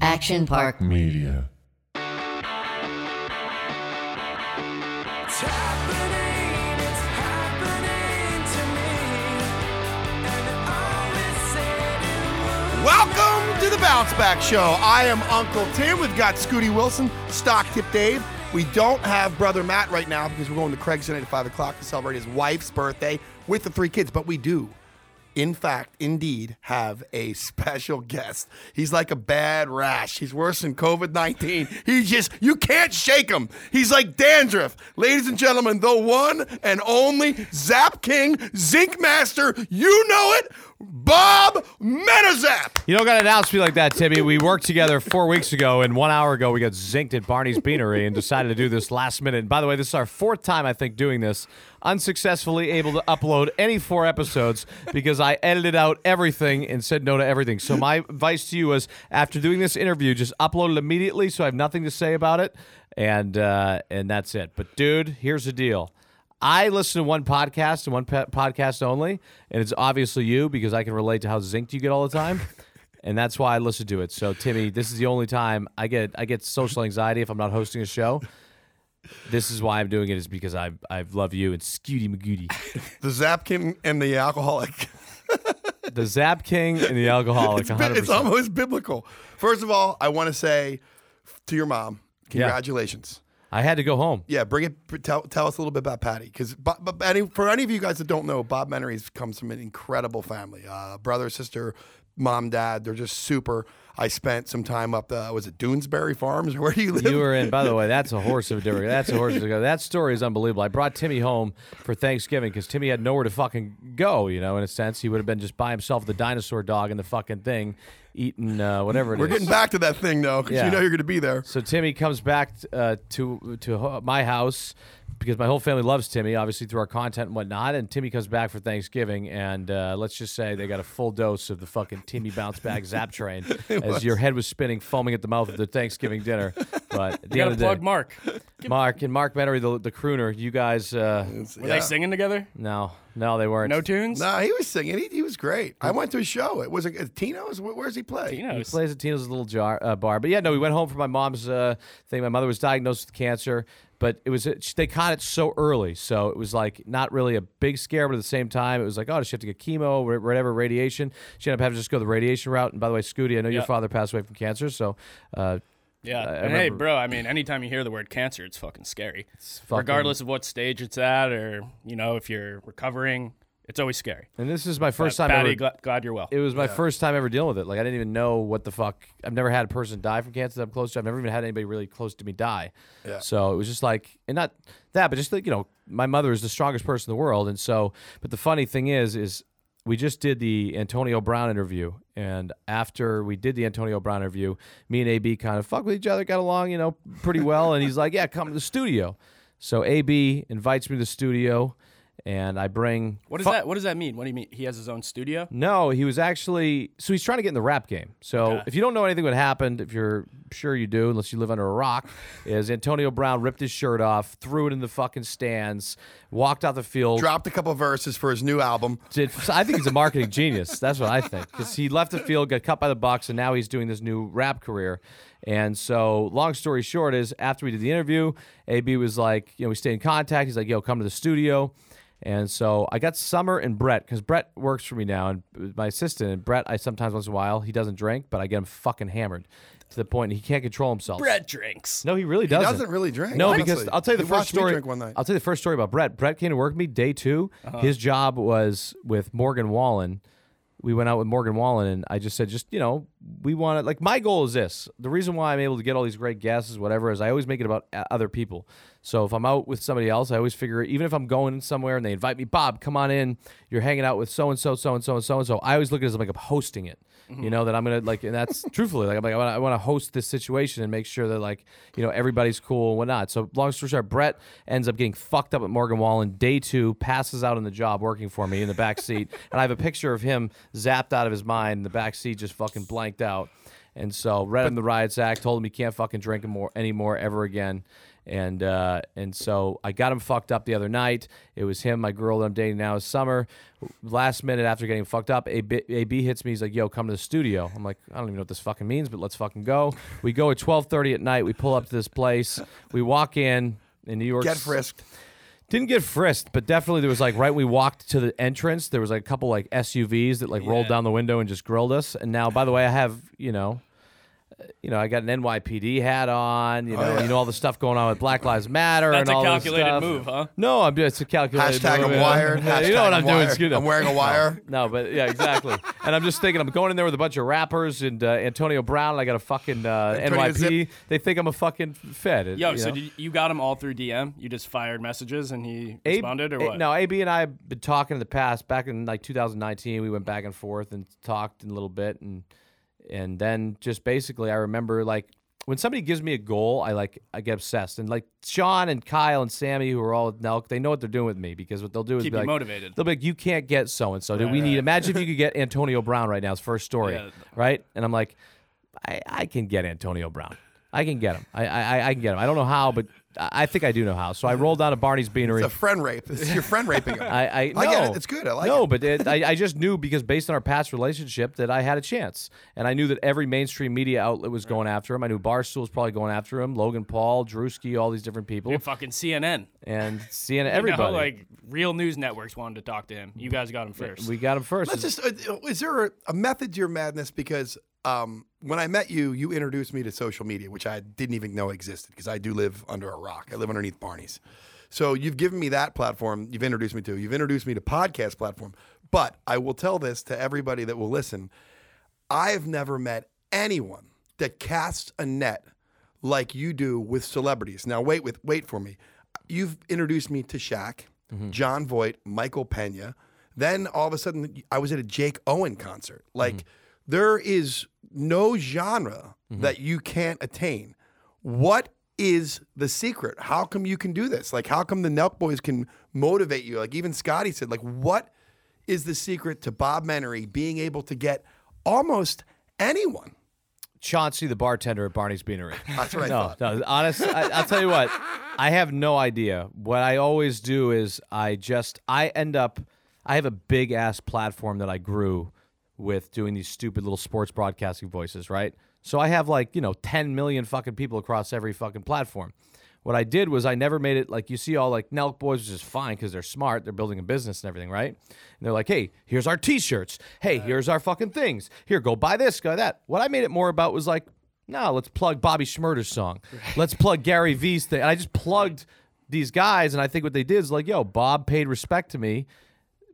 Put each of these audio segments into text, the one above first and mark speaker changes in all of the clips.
Speaker 1: Action Park.
Speaker 2: Media.
Speaker 3: It's happening, it's happening to me. And I was saying it would.
Speaker 4: Welcome to the Bounce Back Show. I am Uncle Tim. We've got Scooty Wilson, Stock Tip Dave. We don't have Brother Matt right now because we're going to Craig's tonight at 5 o'clock to celebrate his wife's birthday with the three kids. But we do, in fact, indeed, have a special guest. He's like a bad rash. He's worse than COVID 19. He just, you can't shake him. He's like dandruff. Ladies and gentlemen, the one and only Zap King, Zinc Master, you know it, Bob Menazap.
Speaker 5: You don't got to announce me like that, Timmy. We worked together four weeks ago, and one hour ago we got zinked at Barney's Beanery and decided to do this last minute. And by the way, this is our fourth time, I think, doing this. Unsuccessfully able to upload any four episodes because I edited out everything and said no to everything. So my advice to you was, after doing this interview, just upload it immediately so I have nothing to say about it, and uh, and that's it. But dude, here's the deal. I listen to one podcast and one pe- podcast only, and it's obviously you because I can relate to how zinked you get all the time, and that's why I listen to it. So Timmy, this is the only time I get I get social anxiety if I'm not hosting a show. This is why I'm doing it is because I I love you and Scooty Magooty,
Speaker 4: The Zapkin and the alcoholic.
Speaker 5: the Zap King and the alcoholic.
Speaker 4: It's, bi-
Speaker 5: 100.
Speaker 4: it's
Speaker 5: percent
Speaker 4: almost biblical. First of all, I want to say to your mom, congratulations.
Speaker 5: I had to go home.
Speaker 4: Yeah, bring it. Tell, tell us a little bit about Patty, because any, for any of you guys that don't know, Bob Meneries comes from an incredible family. Uh, brother, sister, mom, dad. They're just super. I spent some time up the was it Doonesbury Farms? Where do you live?
Speaker 5: You were in, by the way, that's a horse of a different. That's a horse of a That story is unbelievable. I brought Timmy home for Thanksgiving because Timmy had nowhere to fucking go, you know, in a sense. He would have been just by himself, the dinosaur dog and the fucking thing, eating uh, whatever it is.
Speaker 4: we're getting back to that thing though, because you
Speaker 5: Yeah.
Speaker 4: know you're going to be there.
Speaker 5: So Timmy comes back uh, to to ho- my house because my whole family loves Timmy, obviously through our content and whatnot. And Timmy comes back for Thanksgiving, and uh, let's just say they got a full dose of the fucking Timmy bounce back zap train as your head was spinning, foaming at the mouth of the Thanksgiving dinner. But at the
Speaker 6: You
Speaker 5: end
Speaker 6: gotta
Speaker 5: of the
Speaker 6: plug
Speaker 5: day,
Speaker 6: Mark.
Speaker 5: Mark and Mark Bennery, the, the crooner, you guys, uh,
Speaker 6: Were
Speaker 4: Yeah.
Speaker 6: they singing together?
Speaker 5: no, no, they weren't.
Speaker 6: No tunes?
Speaker 4: Nah, he was singing. He, he was great. I went to a show. It was a, Tino's. Where, where's he play?
Speaker 6: He knows.
Speaker 5: Plays at Tino's little jar uh, bar, but yeah, no, we went home for my mom's uh, thing. My mother was diagnosed with cancer, but it was they caught it so early, so it was like not really a big scare, but at the same time, it was like, oh, does she have to get chemo, wha- whatever, radiation? She ended up having to just go the radiation route. And by the way, Scooty, I know your
Speaker 6: Yeah.
Speaker 5: father passed away from cancer, so uh,
Speaker 6: Yeah.
Speaker 5: I
Speaker 6: and hey,
Speaker 5: remember-
Speaker 6: bro, I mean, anytime you hear the word cancer, it's fucking scary.
Speaker 5: fucking-
Speaker 6: Regardless of what stage it's at or, you know, if you're recovering, it's always scary.
Speaker 5: and this is my first
Speaker 6: But
Speaker 5: time.
Speaker 6: Patty,
Speaker 5: ever,
Speaker 6: gla- glad you're well.
Speaker 5: it was my first time ever dealing with it. Like I didn't even know what the fuck. I've never had a person die from cancer that I'm close to. I've never even had anybody really close to me die.
Speaker 4: Yeah.
Speaker 5: So it was just like, and not that, but just like you know, my mother is the strongest person in the world, and so. But the funny thing is, is we just did the Antonio Brown interview, and after we did the Antonio Brown interview, me and AB kind of fuck with each other, got along, you know, pretty well, and he's like, yeah, come to the studio. So AB invites me to the studio, and I bring
Speaker 6: what does that What does that mean? What do you mean? He has his own studio?
Speaker 5: no, he was actually so he's trying to get in the rap game. So if you don't know anything what happened, if you're sure you do, unless you live under a rock, is Antonio Brown ripped his shirt off, threw it in the fucking stands, walked out the field.
Speaker 4: Dropped a couple verses for his new album.
Speaker 5: did- so I think he's a marketing genius. That's what I think because he left the field, got cut by the Bucks, and now he's doing this new rap career. And so, long story short, is after we did the interview, AB was like, you know, we stay in contact. He's like, yo, come to the studio. And so I got Summer and Brett because Brett works for me now, and uh, my assistant and Brett. I sometimes once in a while he doesn't drink, but I get him fucking hammered to the point he can't control himself.
Speaker 6: Brett drinks.
Speaker 5: No, he really doesn't.
Speaker 4: doesn't really drink,
Speaker 5: No,
Speaker 4: honestly.
Speaker 5: because I'll tell you the
Speaker 4: He
Speaker 5: first
Speaker 4: watched me
Speaker 5: story.
Speaker 4: drink one night. Uh-huh.
Speaker 5: I'll tell you the first story about Brett. Brett came to work with me day 2 His job was with Morgan Wallen. We went out with Morgan Wallen, and I just said, just you know, we want to. Like my goal is this. The reason why I'm able to get all these great guests, whatever, is I always make it about o- other people. So if I'm out with somebody else, I always figure, even if I'm going somewhere and they invite me, Bob, come on in. You're hanging out with so and so, so and so, and so and so. I always look at it as like I'm hosting it. You know that I'm gonna like, and that's truthfully like I'm like I wanna- I want to host this situation and make sure that like you know everybody's cool and whatnot. So long story short, Brett ends up getting fucked up at Morgan Wallen. Day two passes out on the job working for me in the back seat, and I have a picture of him zapped out of his mind in the back seat, just fucking blanked out. And so read him the riot act, told him he can't fucking drink more anymore ever again. and uh, and so I got him fucked up the other night. It was him, my girl that I'm dating now is Summer. Last minute after getting fucked up, AB, AB hits me. He's like, "Yo, come to the studio." I'm like, "I don't even know what this fucking means, but let's fucking go." We go at 12:30 at night. We pull up to this place. We walk in in New York.
Speaker 4: Get frisked.
Speaker 5: Didn't get frisked, but definitely there was like right we walked to the entrance, there was like a couple like SUVs that like rolled down the window and just grilled us. And now, by the way, I have you know, uh, you know, I got an NYPD hat on.
Speaker 4: Oh,
Speaker 5: You know, you know all the stuff going on with Black Lives Matter and
Speaker 6: That's a
Speaker 5: all this
Speaker 6: calculated
Speaker 5: stuff.
Speaker 6: move, huh?
Speaker 5: No, I'm it's a calculated
Speaker 4: Hashtag
Speaker 5: move.
Speaker 4: I'm wired.
Speaker 5: Yeah, you know
Speaker 4: hashtag
Speaker 5: what I'm, doing?
Speaker 4: wired.
Speaker 5: Screw that.
Speaker 4: I'm wearing a wire.
Speaker 5: No, but yeah, exactly. and I'm just thinking, I'm going in there with a bunch of rappers and uh, Antonio Brown. And I got a fucking uh,
Speaker 4: Antonio
Speaker 5: NYP. They think I'm a fucking Fed.
Speaker 6: Yo,
Speaker 5: you
Speaker 6: so
Speaker 5: know?
Speaker 6: did you, you got him all through DM? You just fired messages and he
Speaker 5: A-
Speaker 6: responded, or
Speaker 5: A-
Speaker 6: what?
Speaker 5: no, AB and I have been talking in the past. Back in like 2019, we went back and forth and talked a little bit, and and then just basically, I remember like when somebody gives me a goal, I like I get obsessed. And like Sean and Kyle and Sammy, who are all at Nelk, they know what they're doing with me because what they'll do is
Speaker 6: Keep
Speaker 5: be
Speaker 6: you
Speaker 5: like,
Speaker 6: motivated.
Speaker 5: They'll be like, you can't get so and so. Do we need? Imagine if you could get Antonio Brown right now. His first story,
Speaker 6: Yeah.
Speaker 5: right? And I'm like, I, I can get Antonio Brown. I can get him. I, I I can get him. I don't know how, but I I think I do know how. So I rolled down to Barney's Beanery.
Speaker 4: It's a friend rape. It's your friend raping him.
Speaker 5: I, I, no.
Speaker 4: I get it. It's good. I like
Speaker 5: no,
Speaker 4: it.
Speaker 5: but it, I, I just knew because based on our past relationship that I had a chance, and I knew that every mainstream media outlet was going after him. I knew Barstool was probably going after him. Logan Paul, Drewski, all these different people,
Speaker 6: Fucking CNN.
Speaker 5: and CNN.
Speaker 6: You know,
Speaker 5: Everybody,
Speaker 6: like real news networks wanted to talk to him. You guys got him first.
Speaker 5: we got him 1st
Speaker 4: Let's just. Uh, is there a, a method to your madness? Because um, when I met you, you introduced me to social media, which I didn't even know existed. Because I do live under a rock. I live underneath Barney's. So you've given me that platform. You've introduced me to. You've introduced me to podcast platform. But I will tell this to everybody that will listen. I've never met anyone that casts a net like you do with celebrities. Now wait with wait for me. You've introduced me to Shaq, John Voight, Michael Pena. Then all of a sudden I was at a Jake Owen concert. Like there is no genre that you can't attain. What is the secret? How come you can do this? Like how come the Nelk boys can motivate you? Like even Scotty said like what is the secret to Bob Menery being able to get almost anyone.
Speaker 5: Chauncey, the bartender at Barney's Beanery.
Speaker 4: That's what I
Speaker 5: no,
Speaker 4: thought.
Speaker 5: no, honest. I, I'll tell you what. I have no idea. What I always do is I just I end up. I have a big ass platform that I grew with doing these stupid little sports broadcasting voices, right? So I have like you know 10 million fucking people across every fucking platform. What I did was I never made it like you see all like Nelk boys, which is fine because they're smart, they're building a business and everything, right? And they're like, hey, here's our T-shirts, hey, here's our fucking things, here, go buy this, go that. What I made it more about was like, no, let's plug Bobby Schmurder's song, let's plug Gary V's thing, and I just plugged these guys, and I think what they did is like, yo, Bob paid respect to me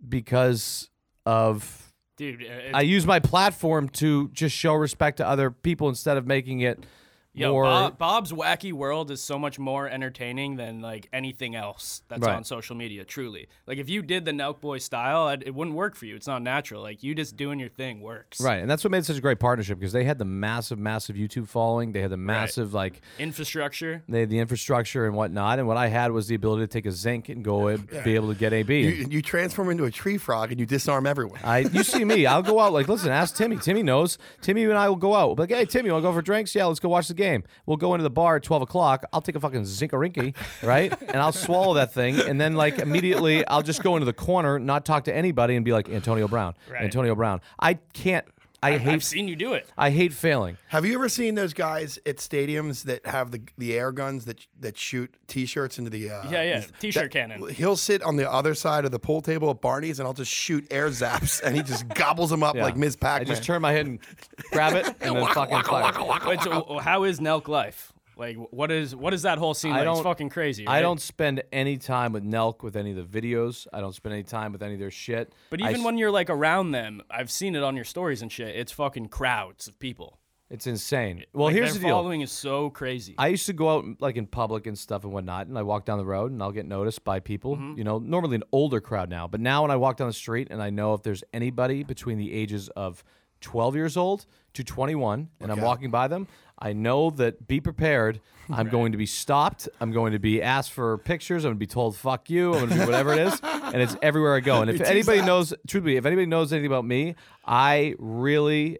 Speaker 5: because of
Speaker 6: Dude, it,
Speaker 5: I use my platform to just show respect to other people instead of making it
Speaker 6: yo,
Speaker 5: more.
Speaker 6: Bob, Bob's wacky world is so much more entertaining than like anything else that's
Speaker 5: Right.
Speaker 6: on social media. Truly, like if you did the Nelk Boy style, it, it wouldn't work for you. It's not natural. Like you just doing your thing works.
Speaker 5: Right, and that's what made it such a great partnership because they had the massive, massive YouTube following. They had the massive, like,
Speaker 6: Infrastructure.
Speaker 5: they had the infrastructure and whatnot. And what I had was the ability to take a zinc and go and be able to get AB.
Speaker 4: You, you transform into a tree frog and you disarm everyone.
Speaker 5: I, you see me, I'll go out. Like, listen, ask Timmy. Timmy knows. Timmy and I will go out. Like, hey, Timmy, want to go for drinks? Yeah, let's go watch the game. We'll go into the bar at twelve o'clock. I'll take a fucking zinkarinky, right? And I'll swallow that thing, and then like immediately, I'll just go into the corner, not talk to anybody, and be like Antonio Brown, Antonio Brown. I can't. I,
Speaker 6: I've
Speaker 5: hate.
Speaker 6: seen you do it.
Speaker 5: I hate failing.
Speaker 4: Have you ever seen those guys at stadiums that have the, the air guns that that shoot t-shirts into the uh,
Speaker 6: Yeah, yeah. T-shirt
Speaker 4: that-
Speaker 6: cannon.
Speaker 4: He'll sit on the other side of the pool table at Barney's and I'll just shoot air zaps and he just gobbles them up like Ms.
Speaker 5: I
Speaker 4: Pac-Man.
Speaker 5: just turn my head and grab it, and then fucking fire.
Speaker 6: Wait, so how is Nelk life? Like, what is what is that whole scene?
Speaker 5: I
Speaker 6: Like? It's
Speaker 5: don't-
Speaker 6: fucking crazy.
Speaker 5: I
Speaker 6: right?
Speaker 5: don't spend any time with Nelk with any of the videos. I don't spend any time with any of their shit.
Speaker 6: But
Speaker 5: I
Speaker 6: even when you're like around them, I've seen it on your stories and shit. It's fucking crowds of people.
Speaker 5: It's insane. Well,
Speaker 6: Like,
Speaker 5: here's the
Speaker 6: their
Speaker 5: deal.
Speaker 6: following is so crazy.
Speaker 5: I used to go out like in public and stuff and whatnot, and I walk down the road and I'll get noticed by people. You know, normally an older crowd now, but now when I walk down the street and I know if there's anybody between the ages of 12 years old to 21, and I'm walking by them, I know that be prepared. I'm going to be stopped. I'm going to be asked for pictures. I'm going to be told "fuck you." I'm going to be whatever it is, and it's everywhere I go. And if anybody knows, truthfully, if anybody knows anything about me, I really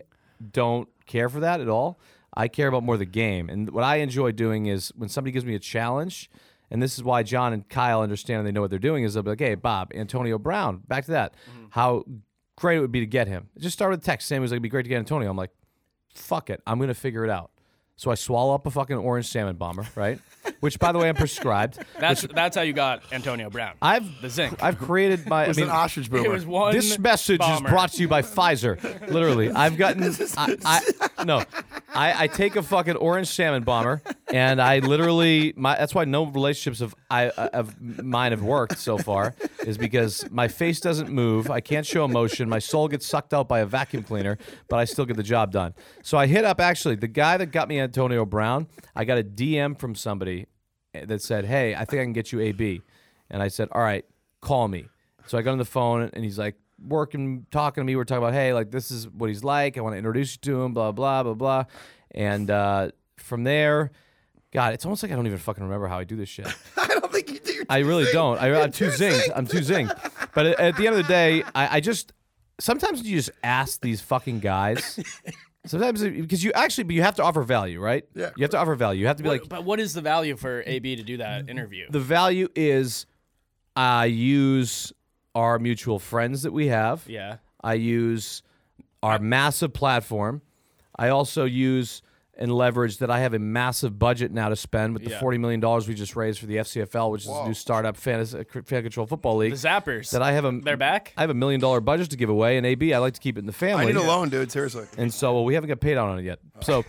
Speaker 5: don't care for that at all. I care about more the game. And what I enjoy doing is when somebody gives me a challenge, and this is why John and Kyle understand and they know what they're doing, is they'll be like, hey, Bob, Antonio Brown, back to that.
Speaker 6: Mm-hmm.
Speaker 5: How great it would be to get him. Just start with text. Sam was like, it'd be great to get Antonio. I'm like, fuck it. I'm going to figure it out. So I swallow up a fucking orange salmon bomber, right? Which, by the way, I'm prescribed.
Speaker 6: That's that's how you got Antonio Brown.
Speaker 5: I've
Speaker 6: the zinc.
Speaker 5: I've created my. I
Speaker 4: It's
Speaker 5: mean,
Speaker 4: an ostrich boomer.
Speaker 6: it was one.
Speaker 5: this message
Speaker 6: bomber.
Speaker 5: is brought to you by Pfizer. Literally, I've gotten. I, I no, I, I take a fucking orange salmon bomber, and I literally my. That's why no relationships of I of mine have worked so far is because my face doesn't move. I can't show emotion. My soul gets sucked out by a vacuum cleaner, but I still get the job done. So I hit up actually the guy that got me Antonio Brown. I got a DM from somebody eh, that said, "Hey, I think I can get you AB," and I said, "All right, call me." So I got on the phone, and he's like working, talking to me. We're talking about, "Hey, like this is what he's like. I want to introduce you to him." Blah blah blah blah, and uh, from there, God, it's almost like I don't even fucking remember how I do this shit.
Speaker 4: I don't think you do. Your
Speaker 5: I really
Speaker 4: thing.
Speaker 5: don't. I, I'm too
Speaker 4: You're
Speaker 5: zinged. I'm too zinged. But at, at the end of the day, I, I just sometimes you just ask these fucking guys. Sometimes it- because you actually, but you have to offer value, right?
Speaker 4: Yeah,
Speaker 5: You have to offer value. You have to be like,
Speaker 6: but what is the value for AB to do that interview?
Speaker 5: the value is I use our mutual friends that we have.
Speaker 6: yeah.
Speaker 5: I use our massive platform. I also use and leverage that I have a massive budget now to spend with the
Speaker 6: Yeah.
Speaker 5: $40 million we just raised for the FCFL, which is a new startup fantasy, fan control football league.
Speaker 6: The Zappers.
Speaker 5: that I have a
Speaker 6: They're back?
Speaker 5: I have a million dollar budget to give away, and AB I like to keep it in the family.
Speaker 4: I need a loan, dude. Seriously.
Speaker 5: And so well, we haven't got paid out on it yet. So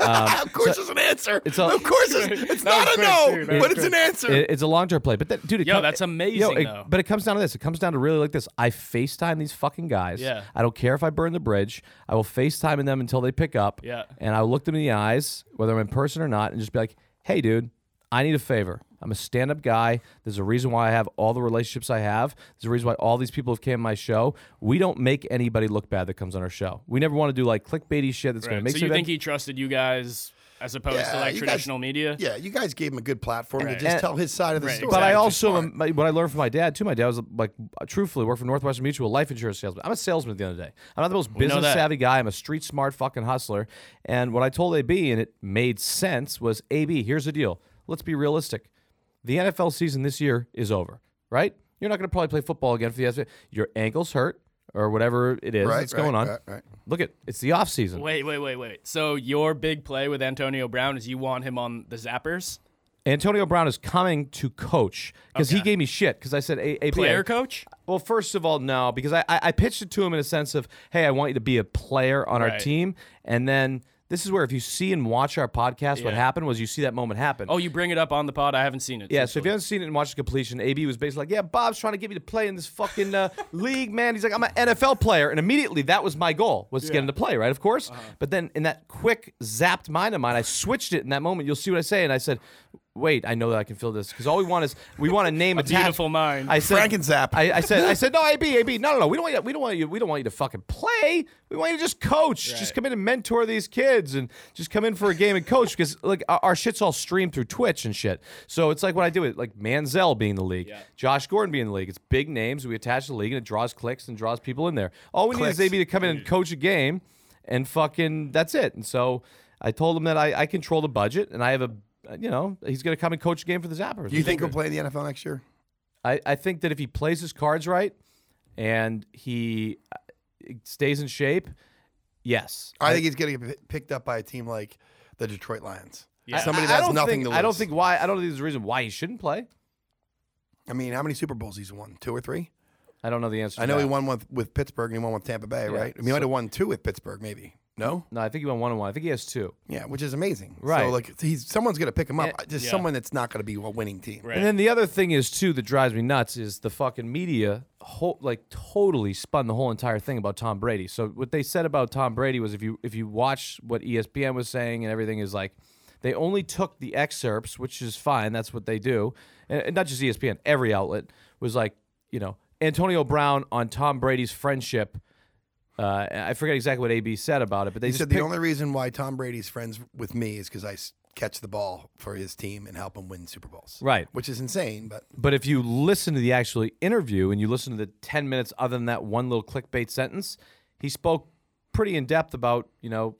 Speaker 5: uh,
Speaker 4: of course, it's an answer.
Speaker 5: it's a-
Speaker 4: of course, it's, it's
Speaker 6: That
Speaker 4: not a
Speaker 6: was quick,
Speaker 4: no,
Speaker 6: dude. That
Speaker 4: but
Speaker 6: was
Speaker 4: it's an answer.
Speaker 5: It- it's a long term play. But that, dude, it
Speaker 6: Yo,
Speaker 5: come-
Speaker 6: that's amazing,
Speaker 5: it-
Speaker 6: though.
Speaker 5: But it comes down to this. It comes down to really like this. I FaceTime these fucking guys.
Speaker 6: Yeah.
Speaker 5: I don't care if I burn the bridge. I will FaceTime them until they pick up.
Speaker 6: Yeah.
Speaker 5: And I look them in the eyes, whether I'm in person or not, and just be like, hey, dude, I need a favor. I'm a stand up guy. There's a reason why I have all the relationships I have. There's a reason why all these people have came to my show. We don't make anybody look bad that comes on our show. We never want to do like clickbaity shit that's going to
Speaker 6: Right.
Speaker 5: make
Speaker 6: So
Speaker 5: some
Speaker 6: you think he trusted you guys as opposed to
Speaker 4: Yeah,
Speaker 6: like
Speaker 4: you guys-
Speaker 6: traditional media?
Speaker 4: yeah, you guys gave him a good platform to just
Speaker 5: And-
Speaker 4: tell his side of the story.
Speaker 5: But I
Speaker 6: Exactly.
Speaker 5: also, am, my- what I learned from my dad too. My dad was like, truthfully, worked for Northwestern Mutual, life insurance salesman. I'm a salesman at the end of the day. I'm not the most business
Speaker 6: that.
Speaker 5: savvy guy. I'm a street smart fucking hustler. And what I told AB, and it made sense, was AB. Here's the deal. Let's be realistic. The NFL season this year is over, right? You're not going to probably play football again for the NFL. Your ankles hurt or whatever it is
Speaker 4: Right,
Speaker 5: that's going
Speaker 4: right,
Speaker 5: on.
Speaker 4: right, right.
Speaker 5: Look at it's the off season.
Speaker 6: Wait, wait, wait, wait. So your big play with Antonio Brown is you want him on the Zappers?
Speaker 5: Antonio Brown is coming to coach because he gave me shit because I said a- AB.
Speaker 6: Player coach?
Speaker 5: Well, first of all, no, because I, I, I pitched it to him in a sense of, hey, I want you to be a player on our
Speaker 6: Right.
Speaker 5: team. And then this is where if you see and watch our podcast, what
Speaker 6: Yeah.
Speaker 5: happened was you see that moment happen.
Speaker 6: Oh, you bring it up on the pod. I haven't seen it.
Speaker 5: yeah, so if you
Speaker 6: truthfully.
Speaker 5: haven't seen it and watched the completion, AB was basically like, yeah, Bob's trying to get me to play in this fucking uh, league, man. He's like, I'm an NFL player. And immediately that was my goal, was to get him to play, right? Of course.
Speaker 6: Uh-huh.
Speaker 5: But then in that quick zapped mind of mine, I switched it in that moment. You'll see what I say. And I said, wait, I know that I can feel this because all we want is, we want to name a, task-
Speaker 6: beautiful mind.
Speaker 5: I said,
Speaker 4: Frankenzap.
Speaker 5: I, I said, I said, no, AB, AB, no, no, no. We don't want you. We don't want you. We don't want you to fucking play. We want you to just coach. Just
Speaker 6: Right.
Speaker 5: come in and mentor these kids, and just come in for a game and coach because like our, our shit's all streamed through Twitch and shit. So it's like when I do it, like Manziel being in the league,
Speaker 6: Yeah.
Speaker 5: Josh Gordon being in the league. It's big names we attach to the league, and it draws clicks and draws people in there. All we
Speaker 4: Clicks.
Speaker 5: need is AB to come in and coach a game, and fucking that's it. And so I told him that I, I control the budget, and I have a. You know, he's going to come and coach a game for the Zappers.
Speaker 4: Do you think he'll play in the NFL next year?
Speaker 5: I, I think that if he plays his cards right and he uh, stays in shape, yes.
Speaker 4: I think he's going to get p- picked up by a team like the Detroit Lions. Somebody
Speaker 5: I-
Speaker 4: that
Speaker 5: I
Speaker 4: has
Speaker 5: don't
Speaker 4: nothing
Speaker 5: think,
Speaker 4: to lose.
Speaker 5: I don't think why I don't think there's a reason why he shouldn't play.
Speaker 4: I mean, how many Super Bowls he's won? Two or three?
Speaker 5: I don't know the answer.
Speaker 4: I
Speaker 5: to
Speaker 4: know
Speaker 5: that.
Speaker 4: he won one with, with Pittsburgh and he won with Tampa Bay, right? I mean, he might have won two with Pittsburgh, maybe. No,
Speaker 5: No, I think he won one and one. I think he has two.
Speaker 4: yeah, which is amazing.
Speaker 5: Right.
Speaker 4: So like, he's someone's going to pick him up. Just
Speaker 6: yeah.
Speaker 4: someone that's not going to be a winning team.
Speaker 6: Right.
Speaker 5: And then the other thing is too that drives me nuts is the fucking media whole, like totally spun the whole entire thing about Tom Brady. So what they said about Tom Brady was if you if you watch what E ESPN was saying and everything is like they only took the excerpts, which is fine. That's what they do, and, and not just E ESPN. Every outlet was like, you know, Antonio Brown on Tom Brady's friendship. Uh, I forget exactly what AB said about it, but they
Speaker 4: He
Speaker 5: just
Speaker 4: said the
Speaker 5: picked-
Speaker 4: only reason why Tom Brady's friends with me is because I s- catch the ball for his team and help him win Super Bowls.
Speaker 5: Right.
Speaker 4: Which is insane, but
Speaker 5: But if you listen to the actual interview and you listen to the 10 minutes other than that one little clickbait sentence, he spoke pretty in depth about, you know,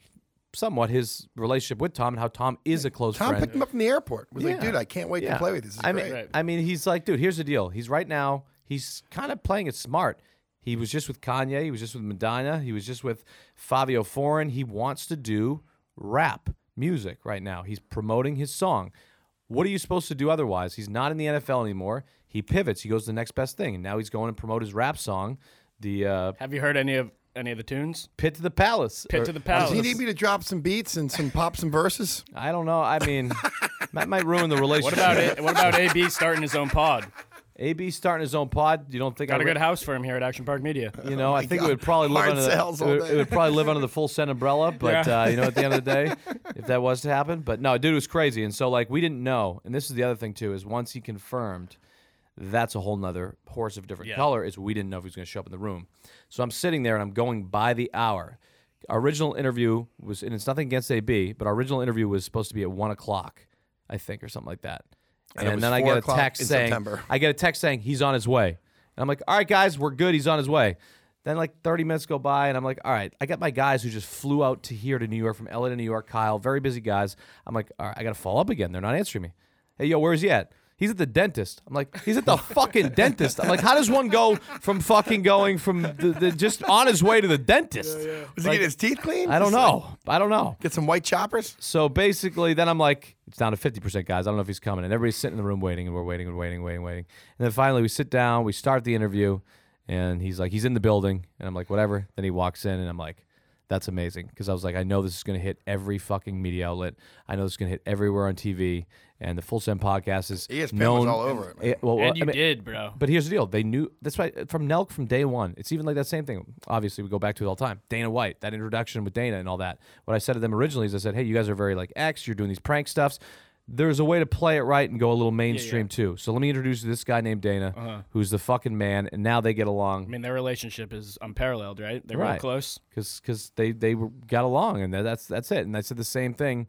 Speaker 5: somewhat his relationship with Tom and how Tom is a close
Speaker 4: Tom
Speaker 5: friend.
Speaker 4: picked him up from the airport. Was like,
Speaker 5: Yeah.
Speaker 4: dude, I can't wait
Speaker 5: Yeah.
Speaker 4: to play with this. This is
Speaker 5: I mean,
Speaker 4: great.
Speaker 6: Right.
Speaker 5: I mean, he's like, dude, here's the deal. He's right now. He's kind of playing it smart. He was just with Kanye. He was just with Madonna. He was just with Fabio Foreign. He wants to do rap music right now. He's promoting his song. What are you supposed to do otherwise? He's not in the NFL anymore. He pivots. He goes to the next best thing, and now he's going and promote his rap song, the uh,
Speaker 6: Have you heard any of any of the tunes?
Speaker 5: "Pit to the Palace."
Speaker 6: Pit
Speaker 5: or-
Speaker 6: to the
Speaker 4: Does
Speaker 6: palace.
Speaker 4: he need me to drop some beats and some pop some verses?
Speaker 5: I don't know. I mean, that might ruin the relationship.
Speaker 6: what about it? What about AB starting his own pod?
Speaker 5: AB starting his own pod? You don't think I
Speaker 6: Got a
Speaker 5: re-
Speaker 6: good house for him here at Action Park Media.
Speaker 5: You know, I think it would probably live
Speaker 4: Oh Hard
Speaker 5: under
Speaker 4: sales
Speaker 5: the,
Speaker 4: all
Speaker 5: it, would,
Speaker 4: day.
Speaker 5: it would probably live under the full send umbrella. But
Speaker 6: Yeah.
Speaker 5: uh, you know, at the end of the day, if that was to happen, but no, dude was crazy, and so like we didn't know. And this is the other thing too is once he confirmed, that's a whole nother horse of a different color. Is we didn't know if he was going to show up in the room. So I'm sitting there and I'm going by the hour. Our original interview was, and it's nothing against AB, but our original interview was supposed to be at one o'clock, I think, or something like that.
Speaker 4: And it was
Speaker 5: then I
Speaker 4: four
Speaker 5: get a
Speaker 4: o'clock
Speaker 5: text
Speaker 4: in
Speaker 5: saying,
Speaker 4: September.
Speaker 5: I get a text saying he's on his way. And I'm like, all right, guys, we're good. He's on his way. Then like 30 minutes go by, and I'm like, all right, I got my guys who just flew out to here to New York from LA to New York. Kyle, very busy guys. I'm like, all right, I gotta follow up again. They're not answering me. Hey, yo, where's he at? He's at the dentist. I'm like, he's at the fucking dentist. I'm like, how does one go from fucking going from the, the just on his way to the dentist?
Speaker 4: Was he getting his teeth cleaned?
Speaker 5: I don't
Speaker 4: Just, like,
Speaker 5: know. I don't know.
Speaker 4: Get some white choppers.
Speaker 5: So basically, then I'm like, it's down to 50%, guys. I don't know if he's coming. And everybody's sitting in the room waiting, and we're waiting and waiting, waiting, waiting. And then finally, we sit down, we start the interview, and he's like, he's in the building. And I'm like, whatever. Then he walks in, and I'm like, that's amazing. Because I was like, I know this is going to hit every fucking media outlet. I know this is going to hit everywhere on TV. And the Full Send podcast is
Speaker 4: ESPN
Speaker 5: known.
Speaker 4: was all over it. Man.
Speaker 5: Eh, well, well,
Speaker 6: And you
Speaker 5: I mean-
Speaker 6: did, bro.
Speaker 5: but here's the deal. They knew that's why from Nelk from day one. It's even like that same thing. Obviously, we go back to it all the time. Dana White, that introduction with Dana and all that. What I said to them originally is I said, Hey, you guys are very like X, you're doing these prank stuffs. There's a way to play it right and go a little mainstream too. So let me introduce you to this guy named Dana, who's the fucking man, and now they get along.
Speaker 6: I mean, their relationship is unparalleled, right? They're real
Speaker 5: Right.
Speaker 6: close.
Speaker 5: because they they were, got along and tha- that's that's it. And I said the same thing,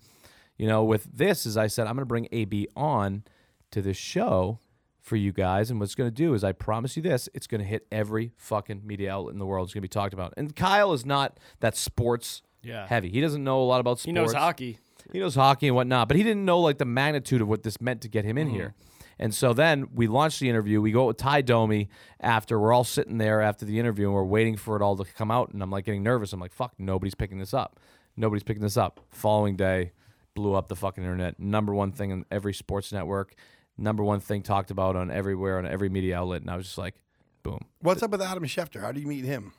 Speaker 5: you know, with this is I said I'm gonna bring AB on to this show for you guys, and what's gonna do is I promise you this, it's gonna hit every fucking media outlet in the world. It's gonna be talked about. And Kyle is not that sports.
Speaker 6: Yeah.
Speaker 5: Heavy. He doesn't know a lot about sports.
Speaker 6: He knows hockey.
Speaker 5: He knows hockey and whatnot, but he didn't know like the magnitude of what this meant to get him in here. And so then we launched the interview. We go out with Ty Domi after we're all sitting there after the interview and we're waiting for it all to come out. And I'm like getting nervous. I'm like, fuck, nobody's picking this up. Nobody's picking this up. Following day, blew up the fucking internet. Number one thing on every sports network. Number one thing talked about on everywhere on every media outlet. And I was just like, boom.
Speaker 4: What's up with Adam Schefter? How do you meet him?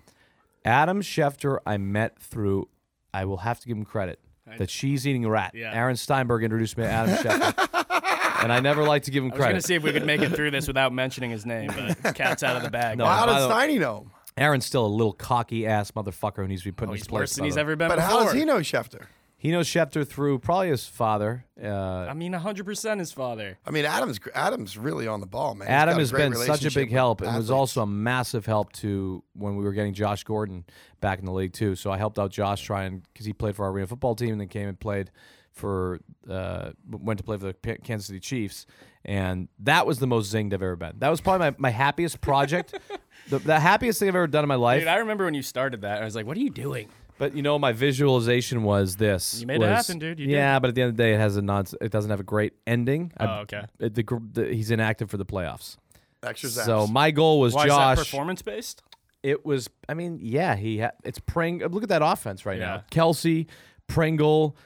Speaker 5: Adam Schefter, I met through, I will have to give him credit, that she's eating rat.
Speaker 6: Yeah.
Speaker 5: Aaron Steinberg introduced me to Adam Schefter. and I never like to give him
Speaker 6: I was gonna
Speaker 5: credit.
Speaker 6: see if we could make it through this without mentioning his name, but cat's out of the bag.
Speaker 5: No,
Speaker 6: Wow.
Speaker 4: How
Speaker 5: by
Speaker 4: does
Speaker 5: the-
Speaker 4: Steiny know? him?
Speaker 5: Aaron's still a little cocky ass motherfucker who needs to be put in his
Speaker 6: Oh, he's
Speaker 5: place.
Speaker 6: worse than
Speaker 5: by
Speaker 6: he's
Speaker 5: the way.
Speaker 6: ever been
Speaker 4: But
Speaker 6: before.
Speaker 4: how does he know Schefter?
Speaker 5: He knows Schefter through probably his father. Uh,
Speaker 6: I mean, 100% his father.
Speaker 4: I mean, Adam's gr- Adam's really on the ball, man. He's
Speaker 5: Adam
Speaker 4: got a
Speaker 5: has
Speaker 4: great
Speaker 5: been such a
Speaker 4: relationship
Speaker 5: big
Speaker 4: with
Speaker 5: help and was
Speaker 4: athletes.
Speaker 5: also a massive help to when we were getting Josh Gordon back in the league too. So I helped out Josh trying because he played for our arena football team and then came and played for uh, went to play for the P- Kansas City Chiefs, and that was the most zinged I've ever been. That was probably my, my happiest project, the, the happiest thing I've ever done in my life.
Speaker 6: Dude, I remember when you started that. I was like, what are you doing?
Speaker 5: But you know, my visualization was this.
Speaker 6: You made it
Speaker 5: was-
Speaker 6: happen, dude. You did.
Speaker 5: yeah, but at the end of the day, it has a non. It doesn't have a great ending. I-
Speaker 6: Oh, okay.
Speaker 5: it- the, gr- the, he's inactive for the playoffs.
Speaker 4: Extra
Speaker 5: So
Speaker 4: zaps.
Speaker 5: my goal was
Speaker 6: Why is
Speaker 5: Josh.
Speaker 6: that performance based?
Speaker 5: It was. I mean, yeah, he. Ha- it's Pring. Look at that offense right
Speaker 6: Yeah.
Speaker 5: now. Kelsey, Pringle,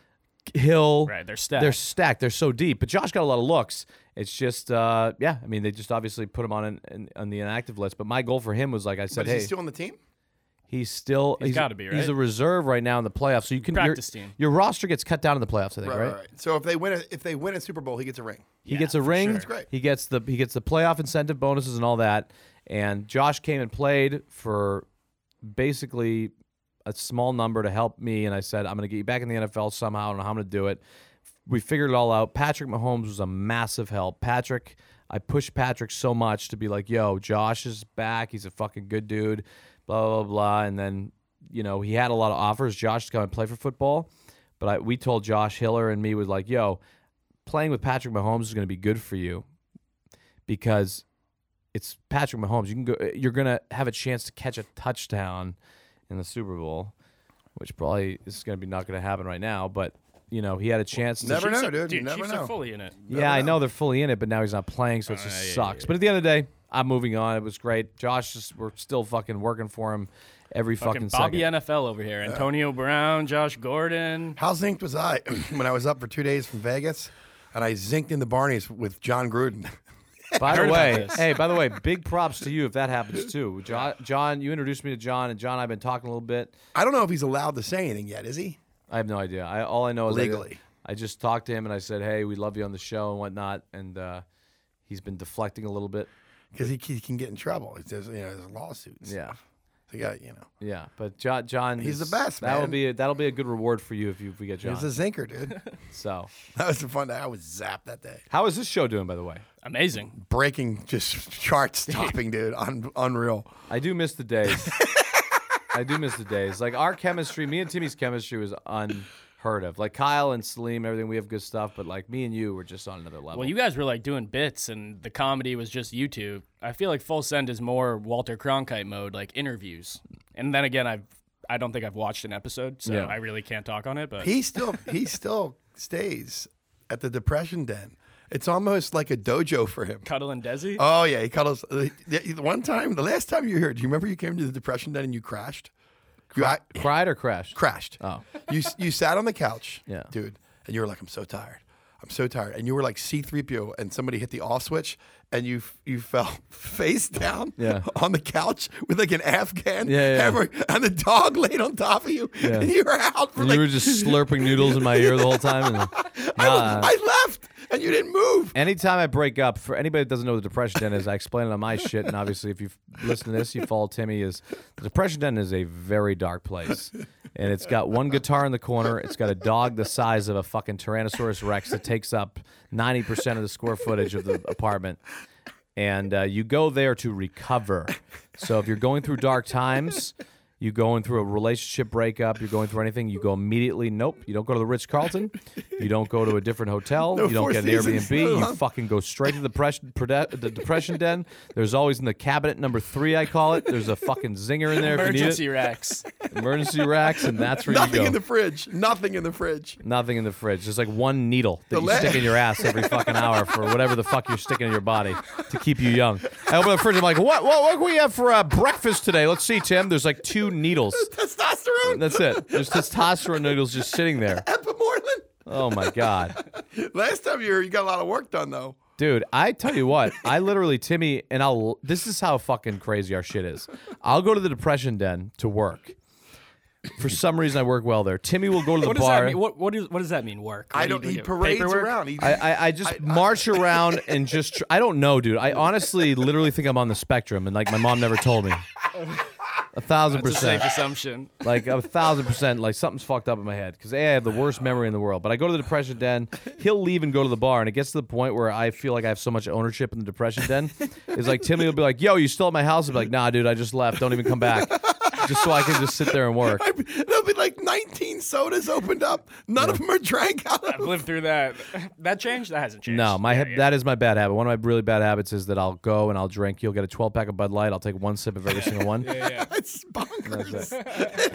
Speaker 5: Hill.
Speaker 6: Right, they're stacked.
Speaker 5: They're stacked. They're so deep. But Josh got a lot of looks. It's just, uh, yeah. I mean, they just obviously put him on an, an, on the inactive list. But my goal for him was, like I said,
Speaker 4: but is
Speaker 5: hey,
Speaker 4: he still on the team?
Speaker 5: he's still he's,
Speaker 6: gotta be,
Speaker 5: He's
Speaker 6: right?
Speaker 5: a reserve right now in the playoffs. So you can your-
Speaker 6: Practice team.
Speaker 5: Your roster gets cut down in the playoffs. I think, right?
Speaker 4: So if they win, a, if they win a Super Bowl, he gets a ring.
Speaker 5: He gets a ring.
Speaker 4: That's great.
Speaker 5: He gets the he gets the playoff incentive bonuses and all that. And Josh came and played for basically a small number to help me. And I said, I'm going to get you back in the NFL somehow. I don't know how I'm going to do it. We figured it all out. Patrick Mahomes was a massive help. Patrick, I pushed Patrick so much to be like, yo, Josh is back. He's a fucking good dude. Blah blah blah. And then you know he had a lot of offers. Josh to come and play for football. But I, we told Josh Hiller and me was like, yo, playing with Patrick Mahomes is going to be good for you because it's Patrick Mahomes. You can go. You're going to have a chance to catch a touchdown in the Super Bowl, which probably is going to be not going to happen right now. But you know, he had a chance. To
Speaker 4: Never
Speaker 6: Chiefs
Speaker 4: know,
Speaker 6: are-
Speaker 4: dude. You
Speaker 6: dude
Speaker 4: never
Speaker 6: Chiefs
Speaker 4: know.
Speaker 6: are fully in it.
Speaker 5: Yeah, I know they're fully in it, but now he's not playing, so it just sucks. But at the end of the day, I'm moving on. It was great. Josh, just, we're still fucking working for him every fucking,
Speaker 6: Fucking Bobby
Speaker 5: second.
Speaker 6: NFL over here. Antonio Brown, Josh Gordon.
Speaker 4: How zinced was I when I was up for two days from Vegas and I zinced in the Barneys with John Gruden?
Speaker 5: By
Speaker 6: Heard
Speaker 5: the
Speaker 6: about
Speaker 5: way,
Speaker 6: this.
Speaker 5: hey, by the way, big props to you if that happens too. John, John, you introduced me to John, and John, I've been talking a little bit.
Speaker 4: I don't know if he's allowed to say anything yet, is he?
Speaker 5: I have no idea. I all I know is I-
Speaker 4: Legally.
Speaker 5: I, just talked to him and I said, "Hey, we love you on the show and whatnot," and uh, he's been deflecting a little bit.
Speaker 4: Because he, he can get in trouble. It's just, you know, there's lawsuits.
Speaker 5: Yeah,
Speaker 4: So, yeah, you know,
Speaker 5: yeah. But John, John,
Speaker 4: He's the
Speaker 5: is-
Speaker 4: best,
Speaker 5: That'll
Speaker 4: man.
Speaker 5: be a, that'll be a good reward for you if you if we get John.
Speaker 4: he's a zinker, dude.
Speaker 5: so,
Speaker 4: that was a fun day. I was zapped that day.
Speaker 5: how is this show doing, by the way?
Speaker 6: Amazing.
Speaker 4: Breaking just charts topping, dude. Un- unreal.
Speaker 5: I do miss the days. I do miss the days. Like our chemistry, me and Timmy's chemistry was unheard of. Like Kyle and Salim, everything we have good stuff, but like me and you were just on another level.
Speaker 6: Well, you guys were like doing bits, and the comedy was just you two. I feel like Full Send is more Walter Cronkite mode, like interviews. And then again, I've I don't think I've watched an episode, so
Speaker 5: Yeah.
Speaker 6: I really can't talk on it. But
Speaker 4: He still he still stays at the depression den. It's almost like a dojo for him.
Speaker 6: Cuddle and Desi.
Speaker 4: Oh yeah, he cuddles. the- the- the One time, the last time you were here, do you remember you came to the depression den and you crashed? You I,
Speaker 5: cried or crashed?
Speaker 4: crashed.
Speaker 5: Oh.
Speaker 4: you s- you sat on the couch,
Speaker 5: Yeah.
Speaker 4: dude, and you were like, I'm so tired. I'm so tired, and you were like C-3PO, and somebody hit the off switch, and you f- you fell face down
Speaker 5: Yeah.
Speaker 4: on the couch with like an Afghan
Speaker 5: Yeah, yeah.
Speaker 4: hammer, and the dog laid on top of you, and you were out for
Speaker 5: And
Speaker 4: like
Speaker 5: you were just slurping noodles in my ear the whole time. And,
Speaker 4: I, was-
Speaker 5: Nah.
Speaker 4: I left, and you didn't move.
Speaker 5: Anytime I break up, for anybody that doesn't know what the depression den is, I explain it on my shit. And obviously, if you've listened to this, you follow Timmy. Is the depression den is a very dark place, and it's got one guitar in the corner. It's got a dog the size of a fucking Tyrannosaurus Rex that takes up ninety percent of the square footage of the apartment, and uh, you go there to recover. So if you're going through dark times. You going through a relationship breakup? You're going through anything? You go immediately. Nope. You don't go to the Ritz Carlton. You don't go to a different hotel. you don't
Speaker 4: Four
Speaker 5: get an
Speaker 4: Seasons.
Speaker 5: Airbnb. You
Speaker 4: No.
Speaker 5: fucking go straight to the, pres- prede- the depression den. There's always in the cabinet number three, I call it. There's a fucking zinger in there if
Speaker 6: Emergency
Speaker 5: you need
Speaker 6: racks.
Speaker 5: it. Emergency racks, and that's where you
Speaker 4: Nothing
Speaker 5: go.
Speaker 4: in the fridge. Nothing in the fridge.
Speaker 5: Nothing in the fridge. There's like one needle that
Speaker 4: The
Speaker 5: you
Speaker 4: la-
Speaker 5: stick in your ass every fucking hour for whatever the fuck you're sticking in your body to keep you young. I open the fridge. I'm like, what? What? What do we have for uh, breakfast today? Let's see, Tim. There's like two needles.
Speaker 4: Testosterone.
Speaker 5: That's it. There's testosterone needles just sitting there.
Speaker 4: Epimorlin.
Speaker 5: Oh my god.
Speaker 4: Last time you were, you got a lot of work done though.
Speaker 5: Dude, I tell you what, I literally Timmy and I'll this is how fucking crazy our shit is. I'll go to the depression den to work. For some reason I work well there. Timmy will go to the
Speaker 6: What does
Speaker 5: bar.
Speaker 6: that mean? What what, is, what does that mean? Work?
Speaker 4: I
Speaker 6: What do
Speaker 4: don't.
Speaker 6: you
Speaker 4: He
Speaker 6: do?
Speaker 4: parades
Speaker 6: Paperwork?
Speaker 4: around. He,
Speaker 5: I, I, I just march around and just tr- I don't know, dude. I honestly literally think I'm on the spectrum and like my mom never told me. A thousand
Speaker 6: It's a
Speaker 5: percent.
Speaker 6: safe assumption.
Speaker 5: like a thousand percent like something's fucked up in my head because a i have the worst memory in the world but i go to the depression den he'll leave and go to the bar and it gets to the point where i feel like i have so much ownership in the depression den it's like timmy will be like yo you still at my house i'm like nah dude i just left don't even come back just so i can just sit there and work
Speaker 4: I, there'll be like 19 sodas opened up. None of them are drank out of.
Speaker 6: I've lived through that. That changed. That hasn't changed.
Speaker 5: no, my ha- that is my bad habit. One of my really bad habits is that I'll go and I'll drink. You'll get a 12 pack of Bud Light. I'll take one sip of every single one.
Speaker 4: It's bonkers.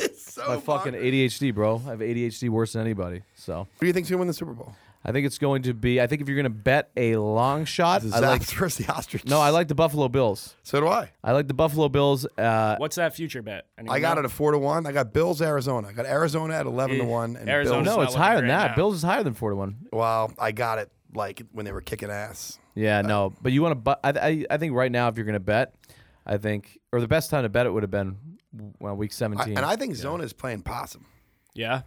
Speaker 4: it's so
Speaker 5: My fucking
Speaker 4: bonkers.
Speaker 5: ADHD, bro. I have ADHD worse than anybody. So
Speaker 4: Who do you think's gonna win the Super Bowl?
Speaker 5: I think it's going to be. I think if you're going to bet a long shot, I
Speaker 4: Zaps
Speaker 5: like
Speaker 4: versus the ostrich.
Speaker 5: No, I like the Buffalo Bills.
Speaker 4: So do I.
Speaker 5: I like the Buffalo Bills. Uh,
Speaker 6: What's that future bet?
Speaker 4: I got it at four to one. I got Bills Arizona. I got Arizona at eleven to
Speaker 6: Eh,
Speaker 4: one. And
Speaker 6: Arizona-
Speaker 4: Bills,
Speaker 5: no,
Speaker 6: not
Speaker 5: it's higher
Speaker 6: looking
Speaker 5: than
Speaker 6: great
Speaker 5: that.
Speaker 6: now.
Speaker 5: Bills is higher than four to one.
Speaker 4: well, I got it like when they were kicking ass.
Speaker 5: Yeah, no, but you want to. Bu- I, I I think right now, if you're going to bet, I think or the best time to bet it would have been well week
Speaker 4: I-
Speaker 5: seventeen.
Speaker 4: and I think Zona is playing possum.
Speaker 6: Yeah.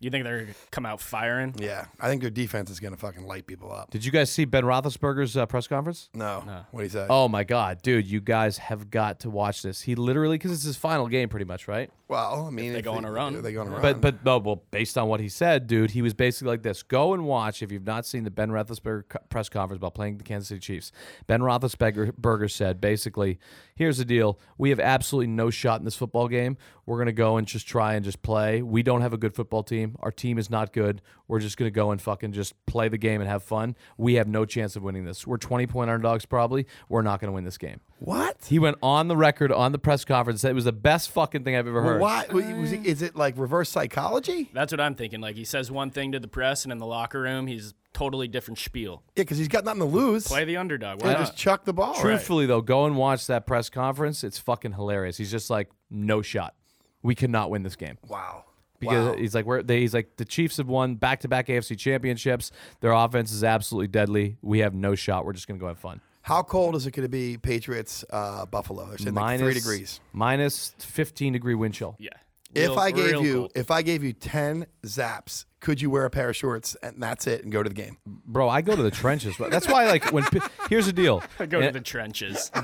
Speaker 6: You think they're gonna come out firing?
Speaker 4: Yeah, I think their defense is gonna fucking light people up.
Speaker 5: Did you guys see Ben Roethlisberger's uh, press conference?
Speaker 4: No, what he said.
Speaker 5: Oh my God, dude! You guys have got to watch this. He literally because it's his final game, pretty much, right?
Speaker 4: well, I mean,
Speaker 6: they
Speaker 4: if
Speaker 6: go on a run.
Speaker 4: They go on a run.
Speaker 5: But but no, well, based on what he said, dude, he was basically like this: Go and watch if you've not seen the Ben Roethlisberger co- press conference about playing the Kansas City Chiefs. Ben Roethlisberger Berger said basically, "Here's the deal: We have absolutely no shot in this football game. We're gonna go and just try and just play. We don't have a good football team. team. Our team is not good. We're just gonna go and fucking just play the game and have fun. We have no chance of winning this. We're 20 point underdogs probably. We're not gonna win this game.
Speaker 4: What?
Speaker 5: He went on the record on the press conference. That it was the best fucking thing I've ever heard.
Speaker 4: Why? was it- Is it like reverse psychology?
Speaker 6: That's what I'm thinking. Like he says one thing to the press, and in the locker room, he's totally different spiel.
Speaker 4: Yeah, because he's got nothing to lose.
Speaker 6: Play the underdog. Why
Speaker 4: They
Speaker 6: not?
Speaker 4: just chuck the ball.
Speaker 5: Truthfully though, go and watch that press conference. It's fucking hilarious. He's just like, no shot. We cannot win this game.
Speaker 4: Wow.
Speaker 5: because
Speaker 4: Wow.
Speaker 5: he's like we're they, he's like the Chiefs have won back to back AFC championships. Their offense is absolutely deadly. We have no shot. We're just gonna go have fun.
Speaker 4: How cold is it going to be, Patriots, uh, Buffalo? They're saying like three degrees.
Speaker 5: minus fifteen degree wind chill.
Speaker 6: yeah.
Speaker 4: If
Speaker 6: Real-
Speaker 4: I gave
Speaker 6: real
Speaker 4: you,
Speaker 6: cold.
Speaker 4: if I gave you ten zaps, could you wear a pair of shorts and that's it and go to the game?
Speaker 5: Bro, I go to the trenches. but That's why like when pe- here's the deal.
Speaker 6: I go
Speaker 5: Yeah,
Speaker 6: to the trenches.
Speaker 5: the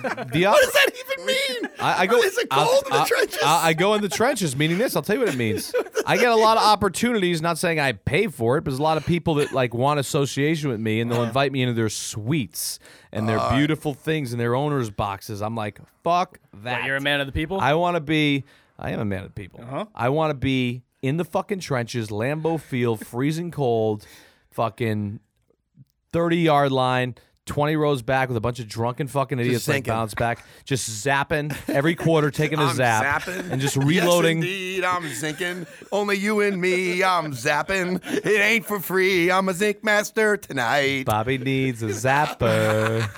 Speaker 5: op-
Speaker 4: What does that even mean?
Speaker 5: I, I go.
Speaker 4: Is it
Speaker 5: I-
Speaker 4: cold in the
Speaker 5: I-
Speaker 4: trenches?
Speaker 5: I, I go in the trenches. Meaning this, I'll tell you what it means. I get a lot of opportunities. Not saying I pay for it, but there's a lot of people that like want association with me, and
Speaker 4: Uh-huh.
Speaker 5: they'll invite me into their suites and their beautiful things and their owners' boxes. I'm like, fuck that.
Speaker 6: But you're a man of the people.
Speaker 5: I want to be. I am a man of the people.
Speaker 4: Uh-huh.
Speaker 5: I want to be in the fucking trenches, Lambeau Field, freezing cold, fucking thirty yard line. 20 rows back with a bunch of drunken fucking idiots like
Speaker 4: sinking.
Speaker 5: bounce back, just zapping every quarter, taking a
Speaker 4: I'm
Speaker 5: zap,
Speaker 4: zapping.
Speaker 5: and just
Speaker 4: Yes,
Speaker 5: reloading.
Speaker 4: indeed, I'm zinking. Only you and me. I'm zapping. It ain't for free. I'm a zinc master tonight.
Speaker 5: Bobby needs a zapper.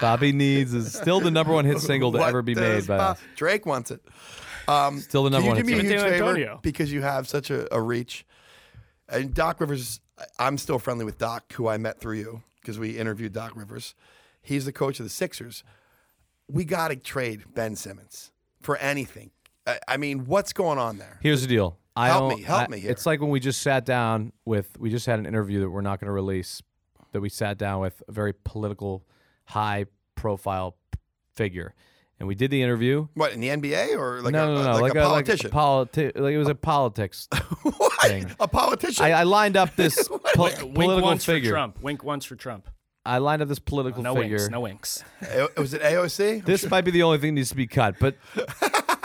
Speaker 5: Bobby needs is still the number one hit single to
Speaker 4: What
Speaker 5: ever be
Speaker 4: does
Speaker 5: made by
Speaker 4: Bob-
Speaker 5: us.
Speaker 4: Drake wants it.
Speaker 5: Still the number
Speaker 4: Can you
Speaker 5: one hit
Speaker 4: do me a
Speaker 5: single.
Speaker 4: huge
Speaker 6: Antonio
Speaker 4: favor
Speaker 6: Antonio.
Speaker 4: because you have such a, a reach? And Doc Rivers, I- I'm still friendly with Doc, who I met through you because we interviewed Doc Rivers. He's the coach of the Sixers. We got to trade Ben Simmons for anything. I, I mean, what's going on there?
Speaker 5: Here's the deal. I
Speaker 4: Help
Speaker 5: don't-
Speaker 4: me, help
Speaker 5: I-
Speaker 4: me here.
Speaker 5: It's like when we just sat down with, we just had an interview that we're not going to release, that we sat down with a very political, high profile figure. And we did the interview.
Speaker 4: What in the NBA or like,
Speaker 5: no,
Speaker 4: a,
Speaker 5: no, no.
Speaker 4: like, a politician?
Speaker 5: Like, a politi- like it was a politics.
Speaker 4: Why? a politician?
Speaker 5: I, I lined up this po-
Speaker 6: Wink
Speaker 5: political
Speaker 6: once
Speaker 5: figure.
Speaker 6: for Trump. Wink once for Trump.
Speaker 5: I lined up this political
Speaker 6: No
Speaker 5: figure.
Speaker 6: winks. No winks.
Speaker 4: A- Eh, was it AOC? I'm
Speaker 5: This
Speaker 4: sure-
Speaker 5: might be the only thing that needs to be cut, but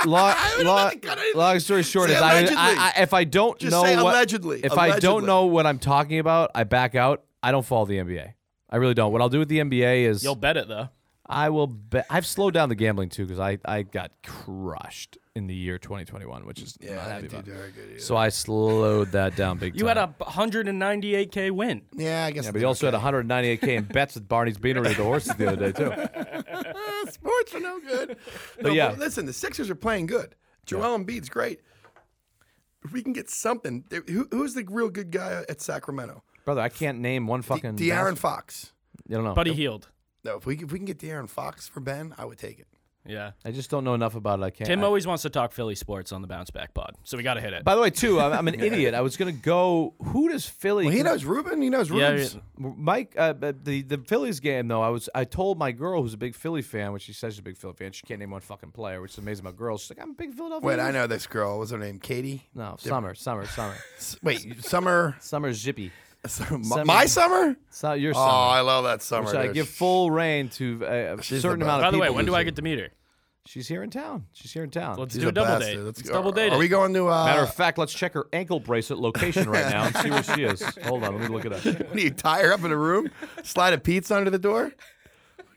Speaker 5: long, long,
Speaker 4: let it cut anything.
Speaker 5: long story short
Speaker 4: Say
Speaker 5: is I,
Speaker 4: allegedly.
Speaker 5: I, I if I don't
Speaker 4: Just
Speaker 5: know
Speaker 4: say
Speaker 5: what,
Speaker 4: allegedly.
Speaker 5: if I don't
Speaker 4: Allegedly.
Speaker 5: know what I'm talking about, I back out. I don't follow the NBA. I really don't. What I'll do with the NBA is
Speaker 6: You'll bet it though.
Speaker 5: I will bet. I've slowed down the gambling too because I, I got crushed in the year 2021, which is
Speaker 4: Yeah,
Speaker 5: not
Speaker 4: I
Speaker 5: happy
Speaker 4: didn't
Speaker 5: about.
Speaker 4: do very good either.
Speaker 5: So I slowed that down big time.
Speaker 6: You had a 198k win.
Speaker 4: yeah, I guess.
Speaker 5: but you also had 198k in bets at Barney's Beanery at the horses the other day too.
Speaker 4: sports are no good. No,
Speaker 5: yeah.
Speaker 4: but listen, the Sixers are playing good. Joel Embiid's great. If we can get something, who, who's the real good guy at Sacramento?
Speaker 5: Brother, I can't name one fucking.
Speaker 4: De'Aaron
Speaker 5: bas-
Speaker 4: Fox.
Speaker 5: I don't know.
Speaker 6: Buddy healed.
Speaker 4: No, if we if we can get De'Aaron Fox for Ben, I would take it.
Speaker 6: Yeah.
Speaker 5: I just don't know enough about it. I can't.
Speaker 6: Tim
Speaker 5: I-
Speaker 6: always wants to talk Philly sports on the bounce back pod, so we got to hit it.
Speaker 5: By the way, too, I'm, I'm an idiot. I was gonna go. Who does Philly?
Speaker 4: He knows Ruben. He knows
Speaker 6: Yeah,
Speaker 4: Ruben's.
Speaker 6: yeah.
Speaker 5: Mike. Uh, but the the Phillies game though. I was. I told my girl who's a big Philly fan, which she says she's a big Philly fan. She can't name one fucking player, which is amazing about girls. She's like, I'm a big Philadelphia.
Speaker 4: Wait, I
Speaker 5: fan."
Speaker 4: know this girl. What was her name? Katie.
Speaker 5: No, summer, summer, summer,
Speaker 4: S- Wait, summer.
Speaker 5: summer, zippy.
Speaker 4: summer-
Speaker 5: Summer.
Speaker 4: My summer.
Speaker 5: So your
Speaker 4: Oh,
Speaker 5: summer.
Speaker 4: I love that summer.
Speaker 5: so I
Speaker 4: dude.
Speaker 5: give full reign to uh, a
Speaker 4: She's
Speaker 5: certain
Speaker 4: the
Speaker 5: amount of
Speaker 6: By the
Speaker 5: people.
Speaker 6: way, when do
Speaker 5: this
Speaker 6: I
Speaker 5: year.
Speaker 6: get to meet her?
Speaker 5: She's here in town. She's here in town.
Speaker 6: Let's
Speaker 4: She's
Speaker 6: do a
Speaker 4: the
Speaker 6: double
Speaker 4: best,
Speaker 6: date.
Speaker 4: dude. Let's
Speaker 6: Let's
Speaker 4: go.
Speaker 6: double date.
Speaker 4: Are
Speaker 6: it.
Speaker 4: we going to? Uh,
Speaker 5: Matter of fact, let's check her ankle bracelet location right now and see where she is. Hold on, let me look it up.
Speaker 4: What do you tie her up in a room? Slide a pizza under the door?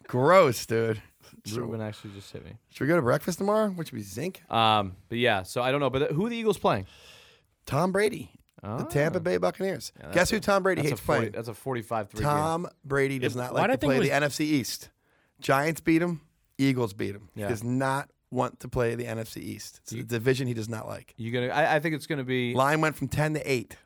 Speaker 4: Gross, dude.
Speaker 5: Ruben actually just hit me.
Speaker 4: Should we go to breakfast tomorrow? Which would be zinc.
Speaker 5: Um, but yeah, so I don't know. But who are the Eagles playing?
Speaker 4: Tom Brady, the Tampa Bay Buccaneers. Guess who Tom Brady
Speaker 5: Ah. That's a
Speaker 4: hates
Speaker 5: 40,
Speaker 4: playing?
Speaker 5: That's a 45 3
Speaker 4: Tom Brady does not like
Speaker 6: why'd I
Speaker 4: to
Speaker 6: think
Speaker 4: play
Speaker 6: it
Speaker 4: the NFC East. Giants beat him. Eagles beat him.
Speaker 5: Yeah.
Speaker 4: He does not want to play the NFC East. It's a division he does not like.
Speaker 5: You gonna? I, I think it's gonna be.
Speaker 4: Line went from ten to eight.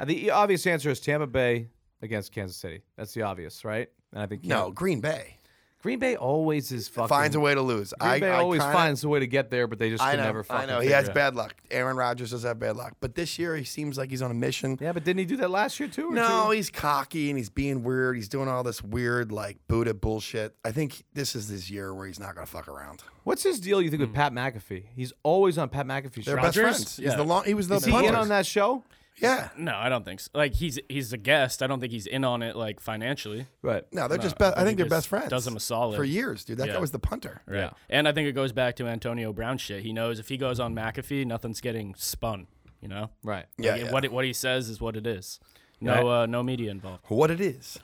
Speaker 5: uh, The obvious answer is Tampa Bay against Kansas City. That's the obvious, right? And I think
Speaker 4: No,
Speaker 5: Cam-
Speaker 4: Green Bay
Speaker 5: Green Bay always is fucking.
Speaker 4: finds a way to lose.
Speaker 5: Green
Speaker 4: I,
Speaker 5: Bay
Speaker 4: I
Speaker 5: always
Speaker 4: kinda-
Speaker 5: finds a way to get there, but they just
Speaker 4: I
Speaker 5: can
Speaker 4: know.
Speaker 5: never fucking.
Speaker 4: I know. He
Speaker 5: figure
Speaker 4: has
Speaker 5: it out.
Speaker 4: bad luck. Aaron Rodgers does have bad luck, but this year he seems like he's on a mission.
Speaker 5: Yeah, but didn't he do that last year too? or
Speaker 4: No,
Speaker 5: two-
Speaker 4: he's cocky and he's being weird. He's doing all this weird, like Buddha bullshit. I think this is this year where he's not gonna fuck around.
Speaker 5: What's his deal? You think with Pat McAfee? He's always on Pat McAfee's show.
Speaker 4: Hmm. They're best
Speaker 6: Rodgers?
Speaker 4: friends. He's
Speaker 6: Yeah.
Speaker 4: the long. He was the
Speaker 5: Is he
Speaker 4: punter.
Speaker 5: in on that show?
Speaker 4: Yeah.
Speaker 6: No, I don't think so. Like he's he's a guest. I don't think he's in on it like financially.
Speaker 5: Right.
Speaker 4: No, they're just. Be- I think
Speaker 6: he
Speaker 4: they're best
Speaker 6: just
Speaker 4: friends.
Speaker 6: does him a solid.
Speaker 4: for years, dude. That guy
Speaker 6: Yeah.
Speaker 4: was the punter.
Speaker 6: Right. And I think it goes back to Antonio Brown shit. He knows if he goes on McAfee, nothing's getting spun. You know,
Speaker 5: Right.
Speaker 4: Yeah,
Speaker 6: Like,
Speaker 4: yeah.
Speaker 6: What it, what he says is what it is. No uh, no media involved.
Speaker 4: What it is.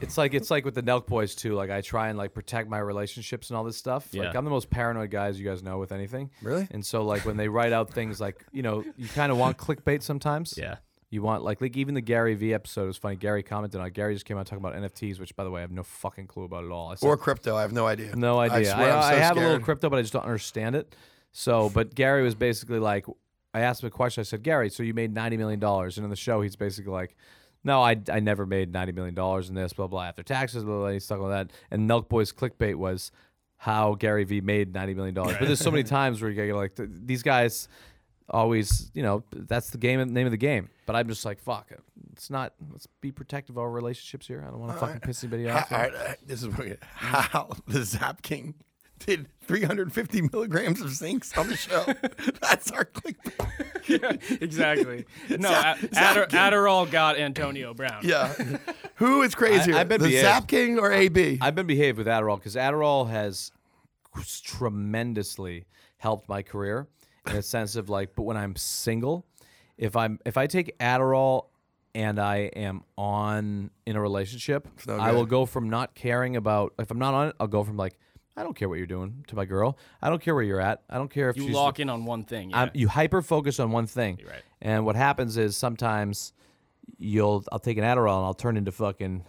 Speaker 5: It's like it's like with the Nelk boys too. Like I try and like protect my relationships and all this stuff. Like
Speaker 6: Yeah.
Speaker 5: I'm the most paranoid guy as you guys know with anything.
Speaker 4: Really?
Speaker 5: And so like when they write out things like you know you kind of want clickbait sometimes.
Speaker 6: Yeah.
Speaker 5: You want like like even the Gary V episode is funny. Gary commented on it. Gary just came out talking about NFTs, which by the way I have no fucking clue about at all. I said,
Speaker 4: Or crypto. I have no idea.
Speaker 5: no idea.
Speaker 4: I
Speaker 5: I,
Speaker 4: swear I, am
Speaker 5: I
Speaker 4: so
Speaker 5: have
Speaker 4: scared.
Speaker 5: a little crypto, but I just don't understand it. So, but Gary was basically like, I asked him a question. I said, Gary, so you made ninety million dollars, and in the show, he's basically like, No, I, I never made ninety million dollars in this, blah blah. After taxes, blah blah. He's stuck on that. And Nelk Boy's clickbait was how Gary V made ninety million dollars. But there's so many times where you get like th- these guys always, you know, that's the game name of the game. But I'm just like, fuck, it's not. Let's be protective of our relationships here. I don't want to fucking piss anybody
Speaker 4: Ha-
Speaker 5: off.
Speaker 4: all right, uh, this is weird. how the Zap King did 350 milligrams of zinc on the show. That's our clickbait.
Speaker 6: exactly. No,
Speaker 4: Zap-
Speaker 6: A-
Speaker 4: Zap
Speaker 6: Adder-
Speaker 4: King.
Speaker 6: Adderall got Antonio Brown.
Speaker 4: Yeah. Who is crazier,
Speaker 5: I bet
Speaker 4: the
Speaker 5: he is.
Speaker 4: Zap King or AB?
Speaker 5: I've been behaved with Adderall because Adderall has tremendously helped my career in a sense of like, but when I'm single, if I'm if I take Adderall and I am on in a relationship,
Speaker 4: no
Speaker 5: I
Speaker 4: good.
Speaker 5: will go from not caring about if I'm not on it, I'll go from like, I don't care what you're doing to my girl. I don't care where you're at. I don't care if
Speaker 6: You
Speaker 5: she's
Speaker 6: lock in on one thing. Yeah.
Speaker 5: I'm, you hyper focus on one thing.
Speaker 6: You're right.
Speaker 5: And what happens is sometimes you'll I'll take an Adderall and I'll turn into fucking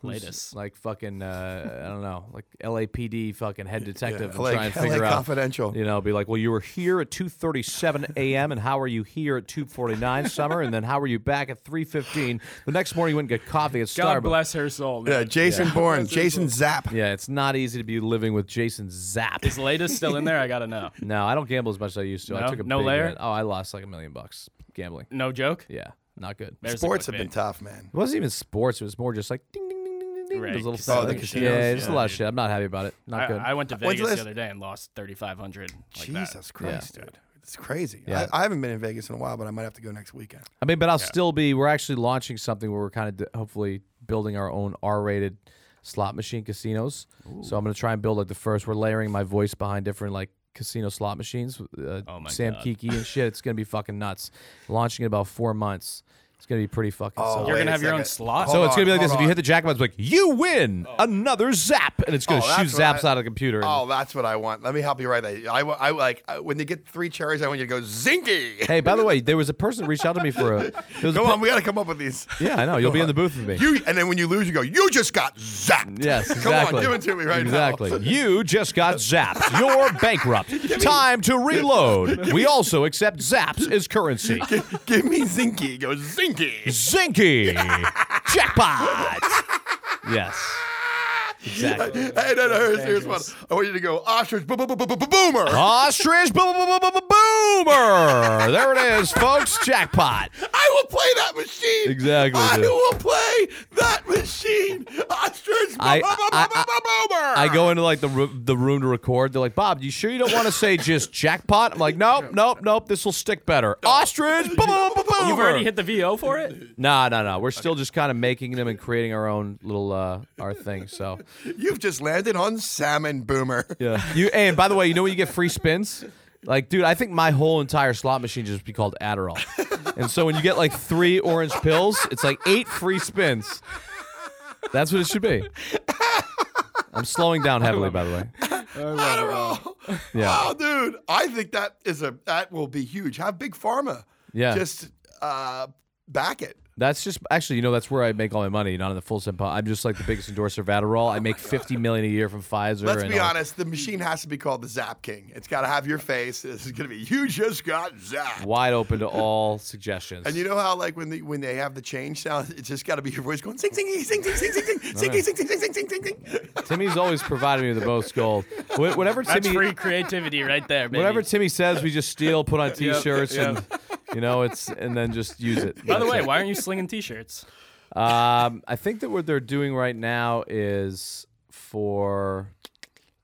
Speaker 5: who's-
Speaker 6: Latest.
Speaker 5: like fucking uh, I don't know, like LAPD fucking head detective and
Speaker 4: like
Speaker 5: try and
Speaker 4: LA
Speaker 5: figure out
Speaker 4: Confidential.
Speaker 5: You know, be like, well, you were here at 2:37 a.m. and how are you here at 2:49 summer and then how were you back at 3:15? The next morning you went and get coffee at
Speaker 6: God
Speaker 5: Starbucks.
Speaker 6: bless her soul, man.
Speaker 4: yeah, Uh, Jason Bourne, Jason Zap.
Speaker 5: Yeah, it's not easy to be living with Jason Zapp.
Speaker 6: Is Latest still in there? I gotta know.
Speaker 5: No, I don't gamble as much as I used to. I
Speaker 6: No?
Speaker 5: took a
Speaker 6: No
Speaker 5: big
Speaker 6: layer?
Speaker 5: hit. Oh, I lost like a million bucks gambling.
Speaker 6: No joke.
Speaker 5: Yeah, not good.
Speaker 6: There's the
Speaker 4: Sports have been
Speaker 6: clickbait.
Speaker 4: tough, man.
Speaker 5: It wasn't even sports. It was more just like ding, ding, ding, ding, ding.
Speaker 6: Right,
Speaker 5: Those little
Speaker 6: casinos.
Speaker 4: Oh, the
Speaker 5: sounds.
Speaker 4: casinos,
Speaker 5: Yeah, it's a
Speaker 6: yeah,
Speaker 5: lot of
Speaker 6: dude.
Speaker 5: shit. I'm not happy about it. Not good.
Speaker 6: I, I went to
Speaker 4: When's the
Speaker 6: Vegas the
Speaker 4: last-
Speaker 6: other day and lost thirty five hundred. Like that.
Speaker 4: Jesus Christ, dude. It's crazy.
Speaker 5: Yeah.
Speaker 4: I, I haven't been in Vegas in a while, but I might have to go next weekend.
Speaker 5: I mean, but I'll still be. We're actually launching something where we're kind of d- hopefully building our own R-rated slot machine casinos. So I'm gonna try and build like the first. We're layering my voice behind different like casino slot machines. Uh,
Speaker 6: Oh my
Speaker 5: Sam
Speaker 6: God.
Speaker 5: Kiki and shit. It's gonna be fucking nuts. Launching in about four months. It's gonna be pretty fucking. solid.
Speaker 6: You're
Speaker 4: wait
Speaker 6: gonna
Speaker 4: a
Speaker 6: have your own
Speaker 4: second.
Speaker 6: slot?
Speaker 5: So
Speaker 4: Oh, Hold
Speaker 5: it's gonna be
Speaker 4: on,
Speaker 5: like this:
Speaker 4: hold
Speaker 5: if you
Speaker 4: on.
Speaker 5: hit the jackpot, it's like you win
Speaker 6: Oh.
Speaker 5: another zap, and it's gonna
Speaker 4: Oh,
Speaker 5: shoot
Speaker 4: that's what
Speaker 5: zaps
Speaker 4: I-
Speaker 5: out of the computer. and-
Speaker 4: Oh, that's what I want. Let me help you right there. I, wa- I like uh, when they get three cherries. I want you to go zinky.
Speaker 5: Hey, by the way, there was a person that reached out to me for a. There was a
Speaker 4: Go
Speaker 5: per-
Speaker 4: on, we got to come up with these.
Speaker 5: Yeah, I know. You'll be in the booth with me.
Speaker 4: You and then when you lose, you go. You just got zapped.
Speaker 5: yes,
Speaker 4: Come
Speaker 5: exactly.
Speaker 4: on, give it to me right
Speaker 5: exactly.
Speaker 4: now.
Speaker 5: You just got zapped. You're bankrupt. Time to reload. We also accept zaps as currency.
Speaker 4: Exactly. give me zinky. Go zinky.
Speaker 5: Zinky jackpot. Yes. Exactly.
Speaker 4: Hey, no, no, here's, here's one. I want you to go ostrich bo- bo- bo- bo- bo- bo- boomer.
Speaker 5: Ostrich bo- bo- bo- bo- bo- boomer. There it is, folks. Jackpot.
Speaker 4: I will play that machine.
Speaker 5: Exactly,
Speaker 4: I
Speaker 5: dude.
Speaker 4: will play that machine. Ostrich bo-
Speaker 5: I-
Speaker 4: bo- bo-
Speaker 5: I-
Speaker 4: bo- bo- boomer.
Speaker 5: I go into like the ro- the room to record. They're like, Bob, you sure you don't want to say just jackpot? I'm like, nope, nope, nope. This will stick better. Ostrich. Boom, boom, boom, boom.
Speaker 6: You've already hit the VO for it.
Speaker 5: Nah, nah, nah. We're still just kind of making them and creating our own little uh our thing. So
Speaker 4: You've just landed on salmon boomer.
Speaker 5: yeah. You and by the way, you know when you get free spins. Like, dude, I think my whole entire slot machine should just be called Adderall. and so when you get like three orange pills, it's like eight free spins. That's what it should be. I'm slowing down heavily, by the way.
Speaker 4: Adderall.
Speaker 5: Yeah.
Speaker 4: Wow, Oh, dude. I think that is a that will be huge. Have big pharma.
Speaker 5: Yeah.
Speaker 4: Just uh, back it.
Speaker 5: That's just actually, you know, that's where I make all my money, not on the full simp. I'm just like the biggest endorser of Adderall. I make fifty million a year from Pfizer.
Speaker 4: Let's
Speaker 5: and
Speaker 4: be
Speaker 5: all-
Speaker 4: honest. The machine has to be called the Zap King. It's got to have your face. This is gonna be you just got zapped.
Speaker 5: Wide open to all suggestions.
Speaker 4: And you know how like when the, when they have the change sound, it's just got to be your voice going sing sing sing sing sing sing sing sing sing sing sing sing sing sing sing.
Speaker 5: Timmy's always provided me with the most gold. Wh- Whatever
Speaker 6: That's
Speaker 5: Timmy,
Speaker 6: free creativity right there, baby.
Speaker 5: whatever Timmy says, we just steal, put on T-shirts,
Speaker 6: yeah.
Speaker 5: and you know, it's and then just use it.
Speaker 6: By the way, why aren't you slinging T-shirts?
Speaker 5: Um, I think that what they're doing right now is for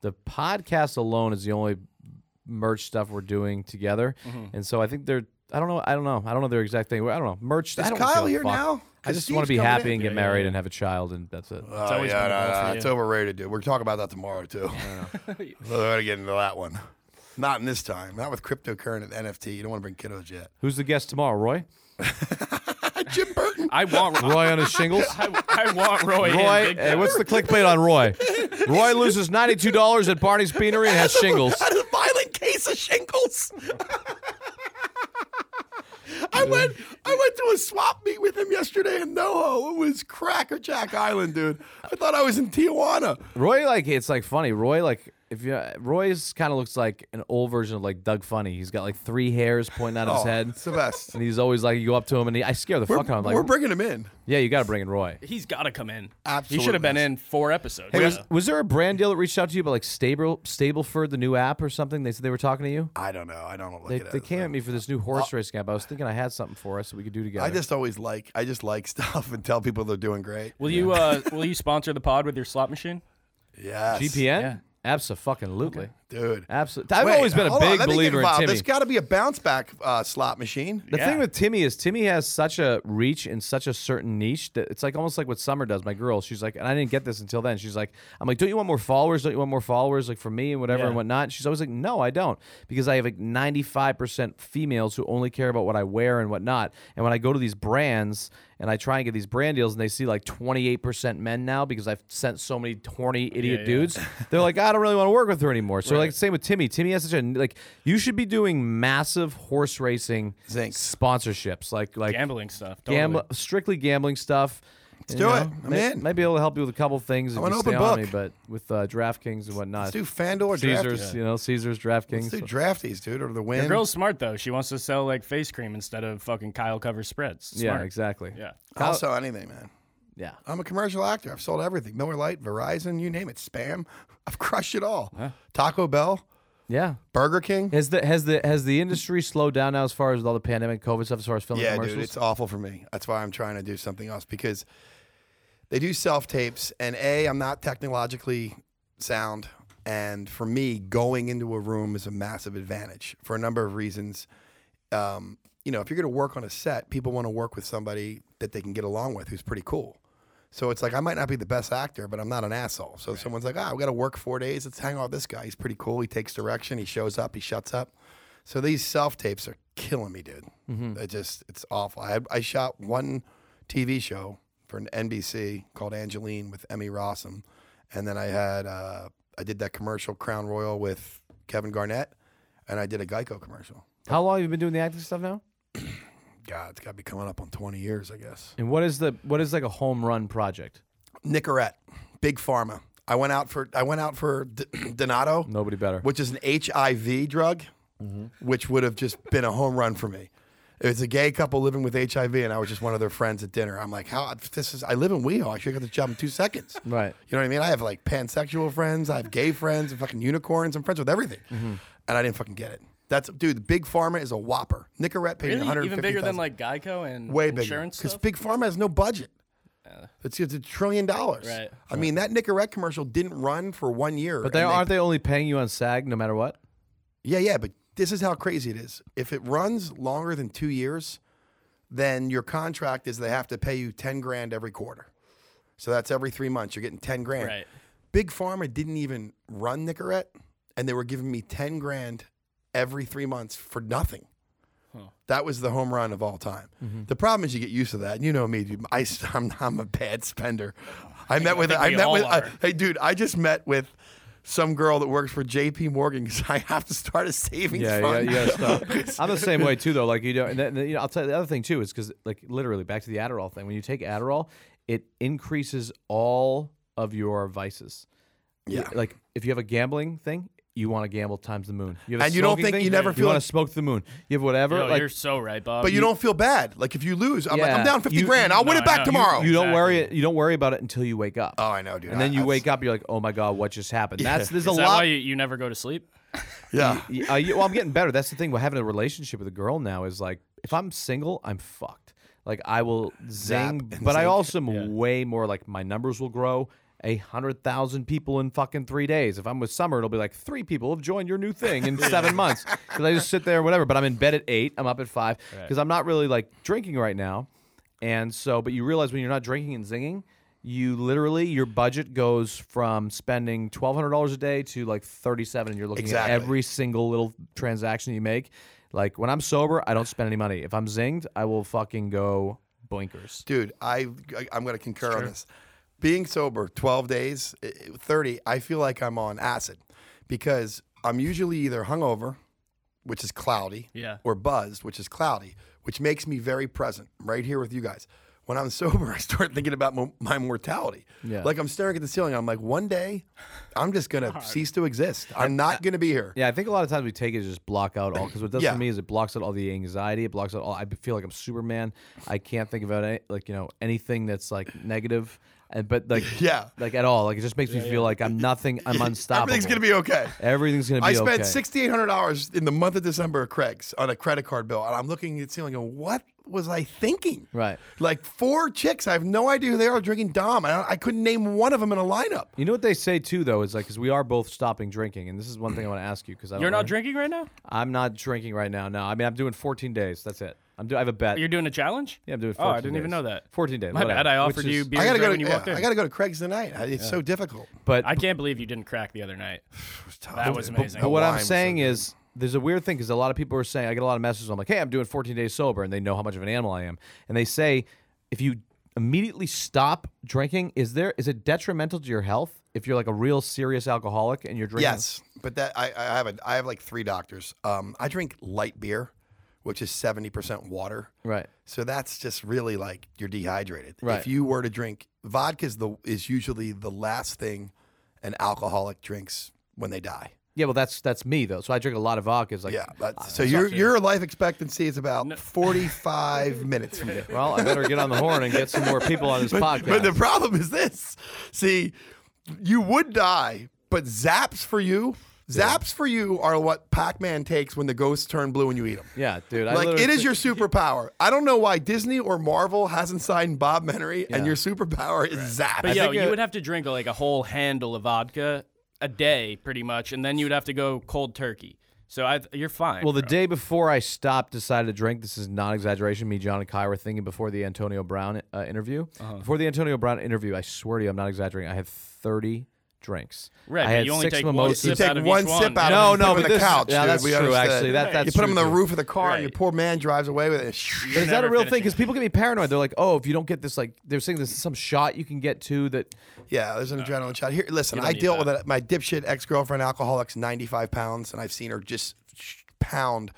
Speaker 5: the podcast alone is the only merch stuff we're doing together,
Speaker 6: Mm-hmm.
Speaker 5: and so I think they're. I don't know. I don't know. I don't know their exact thing. I don't know. Merch. I
Speaker 4: Is
Speaker 5: don't
Speaker 4: Kyle
Speaker 5: give a
Speaker 4: here
Speaker 5: fuck.
Speaker 4: now?
Speaker 5: I
Speaker 4: 'Cause
Speaker 5: just want to be
Speaker 4: Steve's coming
Speaker 5: happy
Speaker 4: in.
Speaker 5: and get married and have a child, and that's it.
Speaker 4: Oh
Speaker 6: always
Speaker 4: yeah,
Speaker 6: been a goal
Speaker 4: no,
Speaker 6: for
Speaker 4: no,
Speaker 6: you.
Speaker 4: it's overrated, dude. We're talking about that tomorrow too. We're gonna get into that one. Not in this time. Not with cryptocurrency and NFT. You don't want to bring kiddos yet.
Speaker 5: Who's the guest tomorrow, Roy?
Speaker 4: Jim Burton.
Speaker 6: I want Roy.
Speaker 5: Roy on his shingles.
Speaker 6: I, I want Roy. in
Speaker 5: Roy,
Speaker 6: big
Speaker 5: hey,
Speaker 6: time.
Speaker 5: what's the clickbait on Roy? Roy loses ninety-two dollars at Barney's Beanery and has shingles.
Speaker 4: That is a violent case of shingles. I went I went to a swap meet with him yesterday in NoHo. It was Crackerjack Island, dude. I thought I was in Tijuana.
Speaker 5: Roy, like, it's like funny. Roy, like, if you Roy's kind of looks like an old version of like Doug Funny. He's got like three hairs pointing out of his
Speaker 4: Oh,
Speaker 5: head,
Speaker 4: It's the best.
Speaker 5: and he's always like, you go up to him and he, I scare the
Speaker 4: We're,
Speaker 5: fuck out of him.
Speaker 4: we're
Speaker 5: Like,
Speaker 4: bringing him in.
Speaker 5: yeah, you got to bring in Roy.
Speaker 6: He's got to come in.
Speaker 4: Absolutely.
Speaker 6: He should have been in four episodes.
Speaker 5: Hey,
Speaker 6: Yeah.
Speaker 5: was, was there a brand deal that reached out to you about like Stable Stableford, the new app or something? They said they were talking to you.
Speaker 4: I don't know. I don't look
Speaker 5: They,
Speaker 4: at
Speaker 5: they
Speaker 4: it.
Speaker 5: came at me for this new horse racing app. I was thinking I had something for us that we could do together.
Speaker 4: Oh. I just always like I just like stuff and tell people they're doing great.
Speaker 6: will you uh, will you sponsor the pod with your slot machine?
Speaker 4: Yes.
Speaker 5: GPN, abso fucking lutely,
Speaker 4: Dude.
Speaker 5: absolutely. I've
Speaker 4: Wait,
Speaker 5: always been a
Speaker 4: hold on.
Speaker 5: big
Speaker 4: Let me get
Speaker 5: believer in
Speaker 4: involved.
Speaker 5: Timmy.
Speaker 4: There's got to be a bounce back uh, slot machine.
Speaker 5: The
Speaker 6: Yeah.
Speaker 5: thing with Timmy is Timmy has such a reach and such a certain niche that it's like almost like what Summer does. My girl, she's like, and I didn't get this until then. She's like, I'm like, don't you want more followers? Don't you want more followers? Like for me and whatever
Speaker 6: Yeah.
Speaker 5: and whatnot. And she's always like, no, I don't, because I have like 95% females who only care about what I wear and whatnot. And when I go to these brands and I try and get these brand deals, and they see like 28% men now because I've sent so many horny idiot
Speaker 6: yeah.
Speaker 5: dudes. They're like, I don't really want to work with her anymore. So like, same with Timmy. Timmy has such a like. You should be doing massive horse racing
Speaker 4: Zinks.
Speaker 5: sponsorships, like like
Speaker 6: Gambling stuff. Totally.
Speaker 5: gam- strictly gambling stuff. Let's
Speaker 4: do it. I'm in.
Speaker 5: Might be able to help you with a couple things. If
Speaker 4: I'm an
Speaker 5: you
Speaker 4: open
Speaker 5: stay on
Speaker 4: book.
Speaker 5: me, but with uh, DraftKings and
Speaker 4: Let's
Speaker 5: whatnot,
Speaker 4: do FanDuel or
Speaker 5: Caesars,
Speaker 4: Drafties.
Speaker 5: you know, Caesars, DraftKings.
Speaker 4: Let's do drafties, dude, or the win.
Speaker 6: Your girl's smart though. She wants to sell like face cream instead of fucking Kyle cover spreads.
Speaker 5: yeah,
Speaker 6: Smart.
Speaker 5: exactly.
Speaker 6: Yeah.
Speaker 4: I'll sell anything, man.
Speaker 5: yeah.
Speaker 4: I'm a commercial actor. I've sold everything. Miller Lite, Verizon, you name it. Spam. I've crushed it all. Taco Bell,
Speaker 5: Yeah.
Speaker 4: Burger King.
Speaker 5: Has the has the has the industry slowed down now as far as with all the pandemic, COVID stuff, as far as filming
Speaker 4: Yeah,
Speaker 5: commercials?
Speaker 4: dude, it's awful for me. That's why I'm trying to do something else because they do self tapes, and a I'm not technologically sound, and for me, going into a room is a massive advantage for a number of reasons. Um, you know, if you're going to work on a set, people want to work with somebody that they can get along with, who's pretty cool. So it's like I might not be the best actor, but I'm not an asshole. So if someone's like, "Ah, we got to work four days. Let's hang out with this guy. He's pretty cool. He takes direction. He shows up. He shuts up." So these self tapes are killing me, dude. It just it's awful. I I shot one TV show for an NBC called Angeline with Emmy Rossum, and then I had uh, I did that commercial Crown Royal with Kevin Garnett, and I did a Geico commercial.
Speaker 5: How long have you been doing the acting stuff now?
Speaker 4: God, it's got to be coming up on 20 years, I guess.
Speaker 5: And what is the what is like a home run project?
Speaker 4: Nicorette, Big Pharma. I went out for I went out for D- Donato,
Speaker 5: Nobody better.
Speaker 4: which is an HIV drug, which would have just been a home run for me. It was a gay couple living with HIV, and I was just one of their friends at dinner. I'm like, how this is? I live in WeHo. I should have got this job in two seconds.
Speaker 5: Right.
Speaker 4: You know what I mean? I have like pansexual friends. I have gay friends and fucking unicorns. I'm friends with everything,
Speaker 6: Mm-hmm.
Speaker 4: and I didn't fucking get it. That's dude. Big Pharma is a whopper. Nicorette paid
Speaker 6: Really?
Speaker 4: 150
Speaker 6: Even bigger than like Geico and
Speaker 4: way bigger
Speaker 6: insurance
Speaker 4: because
Speaker 6: stuff?
Speaker 4: big pharma has no budget. It's, it's a trillion dollars.
Speaker 6: Right.
Speaker 4: I mean, that Nicorette commercial didn't run for one year.
Speaker 5: but they
Speaker 4: and
Speaker 5: aren't they only paying you on SAG no matter what?
Speaker 4: Yeah, yeah. But this is how crazy it is. If it runs longer than two years, then your contract is they have to pay you ten grand every quarter. So that's every three months. You're getting ten grand.
Speaker 6: Right.
Speaker 4: Big Pharma didn't even run Nicorette, and they were giving me ten grand every three months for nothing. That was the home run of all time.
Speaker 5: Mm-hmm.
Speaker 4: The problem is you get used to that. You know me, dude. I, am I'm a bad spender. I met with
Speaker 6: think
Speaker 4: I
Speaker 6: we
Speaker 4: met
Speaker 6: all
Speaker 4: with
Speaker 6: are.
Speaker 4: hey, dude. I just met with some girl that works for J.P. Morgan because I have to start a savings
Speaker 5: Yeah, yeah,
Speaker 4: fund.
Speaker 5: you gotta stop. I'm the same way too, though. Like you know, and then, you know, I'll tell you the other thing too is because like literally back to the Adderall thing. When you take Adderall, it increases all of your vices. You-
Speaker 4: Yeah.
Speaker 5: Like if you have a gambling thing, you want to gamble times the moon. You have a
Speaker 4: And you don't
Speaker 5: smoking
Speaker 4: think-
Speaker 5: thing,
Speaker 4: you never feel
Speaker 5: want
Speaker 4: like-
Speaker 5: to smoke the moon. You have whatever.
Speaker 6: Yo,
Speaker 5: like
Speaker 6: you're so right, Bob.
Speaker 4: But you, don't feel bad. Like if you lose, I'm like
Speaker 5: Yeah.
Speaker 4: I'm down fifty
Speaker 5: You-
Speaker 4: grand. I'll win
Speaker 6: no,
Speaker 4: it back
Speaker 6: no, you-
Speaker 4: tomorrow.
Speaker 5: you don't worry. You don't worry about it until you wake up.
Speaker 4: oh, I know, dude.
Speaker 5: and then
Speaker 4: I-
Speaker 5: you
Speaker 4: I-
Speaker 5: wake up, you're like, oh my god, what just happened? That's there's a
Speaker 6: Is that
Speaker 5: lot.
Speaker 6: why you, you never go to sleep?
Speaker 4: Yeah.
Speaker 5: Yeah, uh, you- well, I'm getting better. That's the thing. with having a relationship with a girl now is like, if I'm single, I'm fucked. Like I will zing, but
Speaker 4: and
Speaker 5: I
Speaker 4: zinc.
Speaker 5: also am way more like my numbers will grow. A hundred thousand people in fucking three days. If I'm with Summer, it'll be like three people have joined your new thing in seven months. Because I just sit there, whatever. But I'm in bed at eight. I'm up at five because I'm not really like drinking right now. And so, but you realize when you're not drinking and zinging, you literally your budget goes from spending twelve hundred dollars a day to like thirty seven, and you're looking
Speaker 4: Exactly.
Speaker 5: at every single little transaction you make. Like when I'm sober, I don't spend any money. If I'm zinged, I will fucking go boinkers.
Speaker 4: dude i, I i'm going to concur on this being sober 12 days i- i- 30 i feel like i'm on acid because i'm usually either hungover which is cloudy
Speaker 6: Yeah.
Speaker 4: or buzzed which is cloudy which makes me very present right here with you guys when i'm sober i start thinking about mo- my mortality
Speaker 5: Yeah.
Speaker 4: like i'm staring at the ceiling i'm like one day i'm just going to cease to exist i'm not going to be here
Speaker 5: Yeah, I think a lot of times we take it to just block out all because what it does
Speaker 4: Yeah.
Speaker 5: for me is it blocks out all the anxiety. It blocks out all. I feel like I'm Superman. I can't think about any, like you know anything that's like negative, and but like
Speaker 4: Yeah.
Speaker 5: like at all. Like it just makes me feel like I'm nothing. I'm unstoppable.
Speaker 4: everything's going to be okay
Speaker 5: Everything's gonna be
Speaker 4: I spent
Speaker 5: okay.
Speaker 4: sixty eight hundred dollars in the month of December at Craig's on a credit card bill, and I'm looking at the ceiling going, "What was I thinking?"
Speaker 5: Right.
Speaker 4: Like four chicks, I have no idea who they are drinking Dom. I, I couldn't name one of them in a lineup.
Speaker 5: You know what they say too, though, is like because we are both stopping drinking, and this is one thing I want to ask you because
Speaker 6: You're not drinking right now. Oh,
Speaker 5: I'm not drinking right now. No, I mean I'm doing 14 days. That's it. I'm do. I have a bet.
Speaker 6: You're doing a challenge.
Speaker 5: yeah, I'm doing.
Speaker 6: Oh,
Speaker 5: 14
Speaker 6: I didn't even
Speaker 5: days.
Speaker 6: know that.
Speaker 5: 14 days.
Speaker 6: My
Speaker 5: whatever,
Speaker 6: bad. I
Speaker 5: which
Speaker 6: offered you
Speaker 5: is-
Speaker 6: beer
Speaker 4: I gotta
Speaker 6: and
Speaker 4: go.
Speaker 6: drink
Speaker 4: To,
Speaker 6: when you
Speaker 4: yeah,
Speaker 6: walked in.
Speaker 4: I gotta go to Craig's tonight. I- It's so difficult.
Speaker 5: But
Speaker 6: I can't believe you didn't crack the other night. That was amazing.
Speaker 5: But what
Speaker 4: wine
Speaker 5: I'm
Speaker 4: was
Speaker 5: saying
Speaker 4: so
Speaker 5: is, there's a weird thing because a lot of people are saying, I get a lot of messages. I'm like, hey, I'm doing 14 days sober, and they know how much of an animal I am, and they say, if you immediately stop drinking, is there is it detrimental to your health if you're like a real serious alcoholic and you're drinking?
Speaker 4: Yes, but that I, I have a I have like three doctors. Um, I drink light beer, which is seventy percent water.
Speaker 5: Right.
Speaker 4: So that's just really like you're dehydrated. If
Speaker 5: Right.
Speaker 4: you were to drink vodka is the is usually the last thing an alcoholic drinks when they die.
Speaker 5: Yeah. Well, that's that's me though. So I drink a lot of vodka. It's like,
Speaker 4: Yeah. But, so your your life expectancy is about 45 minutes from there.
Speaker 5: well, I better get on the horn and get some more people on this podcast.
Speaker 4: But the problem is this. See, you would die, but zaps for you, zaps for you are what Pac-Man takes when the ghosts turn blue and you eat them.
Speaker 5: yeah, dude. I
Speaker 4: Like
Speaker 5: literally
Speaker 4: it is
Speaker 5: think-
Speaker 4: your superpower. I don't know why Disney or Marvel hasn't signed Bob Menery, and
Speaker 5: Yeah.
Speaker 4: your superpower is zaps.
Speaker 6: But yo,
Speaker 5: think
Speaker 6: you
Speaker 5: it-
Speaker 6: would have to drink like a whole handle of vodka a day, pretty much, and then you would have to go cold turkey. So I, you're fine.
Speaker 5: Well, the
Speaker 6: bro.
Speaker 5: day before I stopped, decided to drink. This is not exaggeration. Me, John, and Kai were thinking before the Antonio Brown uh, interview.
Speaker 6: Uh-huh.
Speaker 5: Before the Antonio Brown interview, I swear to you, I'm not exaggerating. I had 30 drinks.
Speaker 6: Right,
Speaker 5: I
Speaker 6: but
Speaker 5: had
Speaker 6: you only
Speaker 5: six
Speaker 6: take one
Speaker 5: mimosas.
Speaker 4: you
Speaker 6: sip
Speaker 4: take
Speaker 6: out of
Speaker 4: one
Speaker 6: each
Speaker 4: sip
Speaker 6: one.
Speaker 4: out
Speaker 5: No,
Speaker 4: of
Speaker 5: no,
Speaker 4: them, put 'em on
Speaker 5: but
Speaker 4: the
Speaker 5: this-
Speaker 4: couch,
Speaker 5: yeah,
Speaker 4: dude.
Speaker 5: that's
Speaker 4: We
Speaker 5: true,
Speaker 4: understand.
Speaker 5: actually. That-
Speaker 4: you
Speaker 5: that's
Speaker 4: put him in
Speaker 5: true,
Speaker 4: the
Speaker 5: too.
Speaker 4: roof of the car, and your
Speaker 6: Right.
Speaker 4: poor man drives away with it.
Speaker 5: Is that a real
Speaker 6: never
Speaker 5: thing?
Speaker 6: finishing
Speaker 5: Because people can be paranoid. They're like, oh, if you don't get this, like, they're saying this is some shot you can get to that.
Speaker 4: Yeah, there's an adrenaline shot. Here, listen, I
Speaker 6: need
Speaker 4: deal
Speaker 6: that.
Speaker 4: with it. My dipshit ex girlfriend, alcoholic's 95 pounds, and I've seen her just sh- pound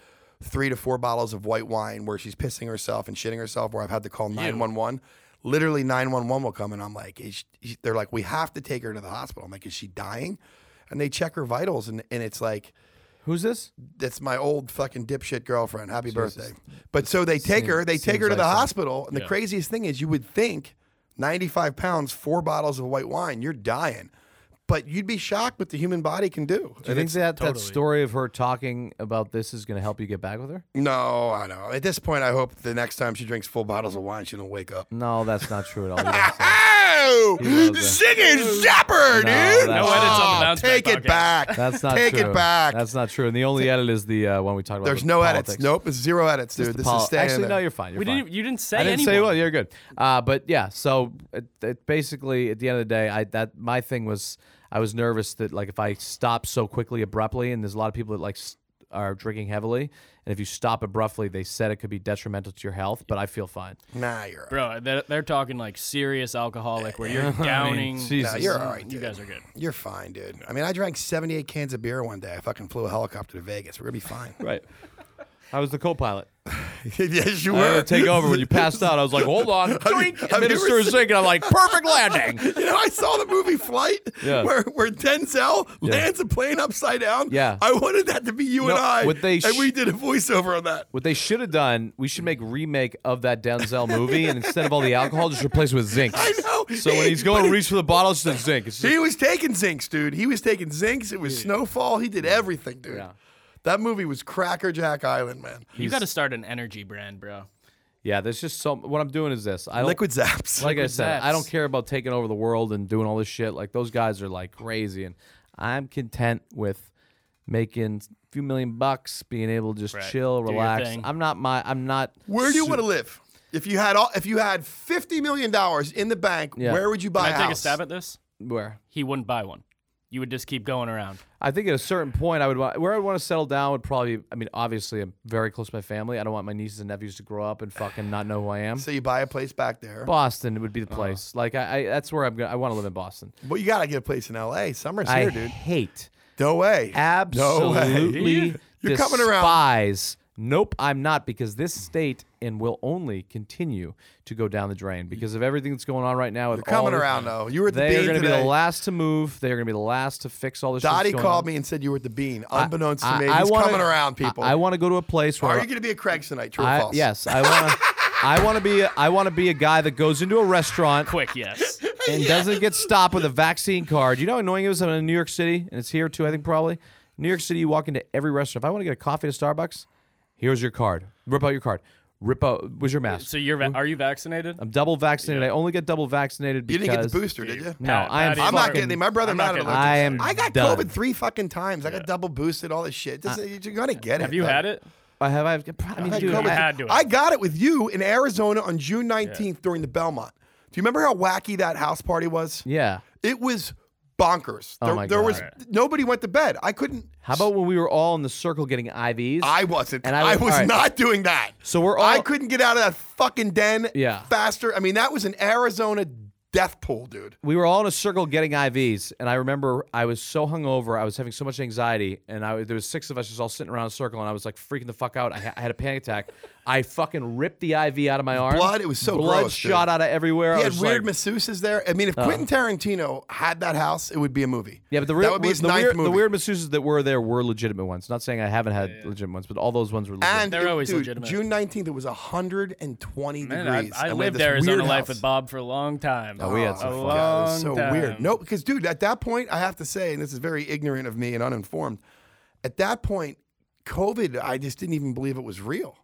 Speaker 4: three to four bottles of white wine where she's pissing herself and shitting herself, where I've had to call 911. Literally, 911 will come, and I'm like, is she, they're like, we have to take her to the hospital. I'm like, is she dying? And they check her vitals, and, and it's like,
Speaker 5: Who's this?
Speaker 4: that's my old fucking dipshit girlfriend. Happy birthday. But so they take her, they take
Speaker 5: seems
Speaker 4: her to the
Speaker 5: like that.
Speaker 4: hospital. And the craziest thing is you would think 95 pounds, four bottles of white wine, you're dying. But you'd be shocked what the human body can do.
Speaker 5: Do you think that that story of her talking about this is going to help you get back with her?
Speaker 4: No, I know. At this point, I hope the next time she drinks full bottles of wine, she don't wake up.
Speaker 5: No, that's not true at all. You don't say-
Speaker 4: Oh,
Speaker 5: Mm. loves
Speaker 4: singing zapper,
Speaker 5: No,
Speaker 4: dude!
Speaker 5: that's- No
Speaker 6: edits on the
Speaker 4: Oh,
Speaker 6: bounce back
Speaker 4: Take it
Speaker 6: podcast.
Speaker 4: back.
Speaker 5: That's not
Speaker 4: Take
Speaker 5: true.
Speaker 4: it back.
Speaker 5: That's not true. And the only edit is the uh, one we talked about.
Speaker 4: There's
Speaker 5: with
Speaker 4: no edits.
Speaker 5: politics.
Speaker 4: Nope, it's zero edits, dude.
Speaker 5: Just the
Speaker 4: This
Speaker 5: poli-
Speaker 4: is staying
Speaker 5: Actually,
Speaker 4: in
Speaker 5: no,
Speaker 4: there.
Speaker 5: you're fine. You're
Speaker 6: we
Speaker 5: fine.
Speaker 6: didn't. You didn't say
Speaker 5: I didn't
Speaker 6: anyone.
Speaker 5: say well. You're good. Uh, but yeah, so it, it basically at the end of the day, I that my thing was I was nervous that like if I stop so quickly abruptly, and there's a lot of people that like s- are drinking heavily, and if you stop abruptly, they said it could be detrimental to your health. But I feel fine.
Speaker 4: Nah, you're all right.
Speaker 6: Bro, they're, they're talking like serious alcoholic where you're downing.
Speaker 5: Jesus.
Speaker 4: Nah, you're all right,
Speaker 6: You
Speaker 4: dude.
Speaker 6: guys are good.
Speaker 4: You're fine, dude. I mean, I drank 78 cans of beer one day. I fucking flew a helicopter to Vegas. We're gonna be fine.
Speaker 5: Right. I was the co-pilot.
Speaker 4: yes, you
Speaker 5: I had
Speaker 4: were.
Speaker 5: to take over when you passed out. I was like, "Hold on, drink."
Speaker 4: have you
Speaker 5: Minister
Speaker 4: ever
Speaker 5: is thinking, "I'm like, perfect landing."
Speaker 4: You know, I saw the movie Flight,
Speaker 5: Yeah.
Speaker 4: where where Denzel lands a plane upside down.
Speaker 5: Yeah.
Speaker 4: I wanted that to be you and I,
Speaker 5: what they
Speaker 4: and
Speaker 5: sh-
Speaker 4: we did a voiceover on that.
Speaker 5: What they should have done, we should make remake of that Denzel movie, and instead of all the alcohol, just replace it with zinc.
Speaker 4: I know.
Speaker 5: So when he's going to reach for the bottle, it's just zinc. It's just-
Speaker 4: He was taking zincs, dude. He was taking zincs. It was snowfall. He did everything, dude.
Speaker 5: Yeah.
Speaker 4: That movie was Crackerjack Island, man.
Speaker 6: You got to start an energy brand, bro.
Speaker 5: yeah, there's just so. What I'm doing is this. I don't,
Speaker 4: Liquid Zaps.
Speaker 5: like I
Speaker 6: Liquid
Speaker 5: said, I
Speaker 6: Zaps.
Speaker 5: don't care about taking over the world and doing all this shit. Like those guys are like crazy, and I'm content with making a few million bucks, being able to just
Speaker 6: Right.
Speaker 5: chill,
Speaker 6: Do your
Speaker 5: relax.
Speaker 6: thing.
Speaker 5: I'm not my. I'm not.
Speaker 4: Where do you
Speaker 5: su-
Speaker 4: want to live? If you had all, if you had fifty million dollars in the bank,
Speaker 5: Yeah.
Speaker 4: where would you buy
Speaker 6: I
Speaker 4: a
Speaker 6: take a
Speaker 4: house?
Speaker 6: stab at this.
Speaker 5: Where?
Speaker 6: He wouldn't buy one. You would just keep going around.
Speaker 5: I think at a certain point, I would want where I would want to settle down would probably. I mean, obviously, I'm very close to my family. I don't want my nieces and nephews to grow up and fucking not know who I am.
Speaker 4: so you buy a place back there, but,
Speaker 5: Boston would be
Speaker 6: Uh-huh.
Speaker 5: the place. Like I, I, that's where I'm gonna. I want to live in Boston.
Speaker 4: you gotta get a place in L.A. Summer's
Speaker 5: I
Speaker 4: here, dude.
Speaker 5: hate,
Speaker 4: No way. No way.
Speaker 5: absolutely
Speaker 4: You're coming around.
Speaker 5: despise. Nope, I'm not because this state and will only continue to go down the drain because of everything that's going on right now. With
Speaker 4: You're coming
Speaker 5: all the-
Speaker 4: around though. You were at the
Speaker 5: They are
Speaker 4: bean
Speaker 5: going to be
Speaker 4: today.
Speaker 5: the last to move. They are going to be the last to fix all this. shit that's
Speaker 4: Dottie
Speaker 5: going
Speaker 4: called
Speaker 5: on.
Speaker 4: me and said you were at the bean, unbeknownst
Speaker 5: I-
Speaker 4: to me.
Speaker 5: I
Speaker 4: He's
Speaker 5: wanna-
Speaker 4: coming around, people.
Speaker 5: I, want to go to a place where
Speaker 4: Are you going to be a Craig tonight? True or
Speaker 5: I,
Speaker 4: false?
Speaker 5: yes, I want to. I want to be. A, I want to be a guy that goes into a restaurant
Speaker 6: Quick, yes.
Speaker 5: and doesn't get stopped with a vaccine card. You know how annoying it was in New York City, and it's here too. I think probably New York City. You walk into every restaurant. If I want to get a coffee at Starbucks, here's your card. Rip out your card. Rip out. Was your mask?
Speaker 6: So you're va- are you vaccinated?
Speaker 5: I'm double vaccinated. I only get double vaccinated
Speaker 4: You
Speaker 5: because
Speaker 4: didn't get the booster, did you?
Speaker 5: No,
Speaker 6: Pat-
Speaker 5: I am.
Speaker 6: Patty,
Speaker 4: I'm not
Speaker 5: fucking-
Speaker 4: getting it. My brother
Speaker 6: I'm
Speaker 4: Matt
Speaker 6: not
Speaker 4: are
Speaker 6: getting
Speaker 4: like,
Speaker 5: I am
Speaker 4: I got
Speaker 5: done.
Speaker 4: COVID three fucking times. I got double boosted, all this shit. This, you're gonna get it.
Speaker 6: Have you
Speaker 4: though.
Speaker 6: had it?
Speaker 5: I have. I, have, I mean,
Speaker 4: I,
Speaker 5: dude,
Speaker 4: got
Speaker 5: I-
Speaker 4: COVID.
Speaker 6: had to have.
Speaker 4: I got it with you in Arizona on June 19th during the Belmont. Do you remember how wacky that house party was?
Speaker 5: yeah.
Speaker 4: It was bonkers. there
Speaker 5: Oh my
Speaker 4: there
Speaker 5: God.
Speaker 4: was nobody went to bed. I couldn't.
Speaker 5: How about when we were all in the circle getting IVs?
Speaker 4: I wasn't.
Speaker 5: And
Speaker 4: I,
Speaker 5: I-
Speaker 4: was
Speaker 5: all right.
Speaker 4: not doing that.
Speaker 5: So we're all-
Speaker 4: I couldn't get out of that fucking den
Speaker 5: Yeah.
Speaker 4: faster. I mean, that was an Arizona death pool, dude.
Speaker 5: we were all in a circle getting IVs, and I remember I was so hungover, I was having so much anxiety, and I there was six of us just all sitting around in a circle, and I was like freaking the fuck out. I, ha- I had a panic attack. I fucking ripped the IV out of my arm.
Speaker 4: Blood? It was so
Speaker 5: blood
Speaker 4: gross, dude.
Speaker 5: shot out of everywhere. I
Speaker 4: He had
Speaker 5: was
Speaker 4: weird
Speaker 5: like- uh.
Speaker 4: masseuses there. I mean, if Quentin Tarantino had that house, it would be a movie.
Speaker 5: yeah, but the,
Speaker 4: that
Speaker 5: real,
Speaker 4: would be his
Speaker 5: the,
Speaker 4: ninth
Speaker 5: weird,
Speaker 4: movie.
Speaker 5: the weird masseuses that were there were legitimate ones. Not saying I haven't had legitimate ones, but all those ones were legitimate.
Speaker 4: and
Speaker 6: They're
Speaker 4: it-
Speaker 6: always
Speaker 4: dude,
Speaker 6: legitimate.
Speaker 4: June nineteenth, it was hundred and twenty
Speaker 6: Man, I,
Speaker 4: degrees.
Speaker 6: I
Speaker 4: and we had
Speaker 6: lived
Speaker 4: this
Speaker 6: Arizona
Speaker 4: weird
Speaker 6: life
Speaker 4: house.
Speaker 6: with Bob for a long time.
Speaker 5: Oh, we had some
Speaker 6: a
Speaker 5: fun.
Speaker 6: long
Speaker 4: Yeah, it was so
Speaker 6: time.
Speaker 4: weird. No, because dude, at that point, I have to say, and this is very ignorant of me and uninformed. At that point, COVID, I just didn't even believe it was real.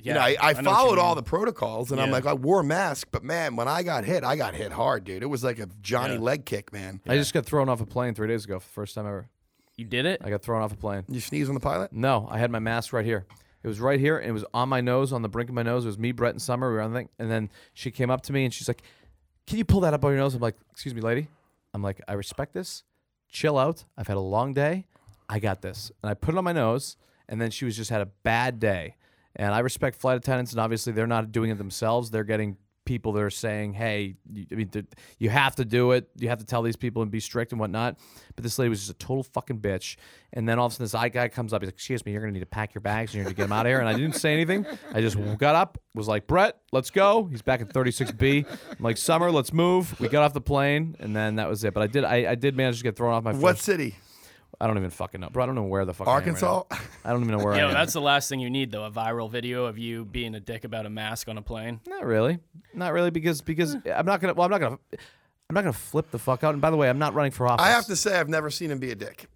Speaker 6: Yeah,
Speaker 4: you know, I, I,
Speaker 6: know what
Speaker 4: followed
Speaker 6: you
Speaker 4: all the
Speaker 6: mean.
Speaker 4: protocols, and I'm
Speaker 6: Yeah.
Speaker 4: like, I wore a mask, but man, when I got hit, I got hit hard, dude. It was like a Johnny leg kick, man.
Speaker 5: I just got thrown off a plane three days ago for the first time ever.
Speaker 6: You did it.
Speaker 5: I got thrown off a plane.
Speaker 4: You sneeze on the pilot?
Speaker 5: No, I had my mask right here. It was right here, and it was on my nose, on the brink of my nose. It was me, Brett, and Summer. We were on the thing, and then she came up to me and she's like, "Can you pull that up on your nose?" I'm like, "Excuse me, lady." I'm like, "I respect this. Chill out. I've had a long day. I got this." And I put it on my nose, and then she was just had a bad day. And I respect flight attendants, and obviously they're not doing it themselves. They're getting people that are saying, "Hey, you, I mean, th- you have to do it. You have to tell these people and be strict and whatnot." But this lady was just a total fucking bitch. And then all of a sudden, this eye guy comes up. He's like, "Excuse me, you're gonna need to pack your bags. and You're gonna get them out of here." And I didn't say anything. I just got up, was like, "Brett, let's go." He's back at 36B. I'm like, "Summer, let's move." We got off the plane, and then that was it. But I did, I, I did manage to get thrown off my.
Speaker 6: Mm.
Speaker 4: What
Speaker 5: first-
Speaker 4: city?
Speaker 5: I don't even fucking know, bro. I don't know where the fuck I am right
Speaker 4: Arkansas?
Speaker 5: now. I, don't even know where.
Speaker 6: Yeah,
Speaker 5: I
Speaker 6: well,
Speaker 5: am.
Speaker 6: that's the last thing you need though—a viral video of you being a dick about a mask on a plane.
Speaker 5: Not really. Not really because because I'm not gonna. Well, I'm not gonna. I'm not gonna flip the fuck out. And by the way, I'm not running for office.
Speaker 4: I have to say, I've never seen him be a dick.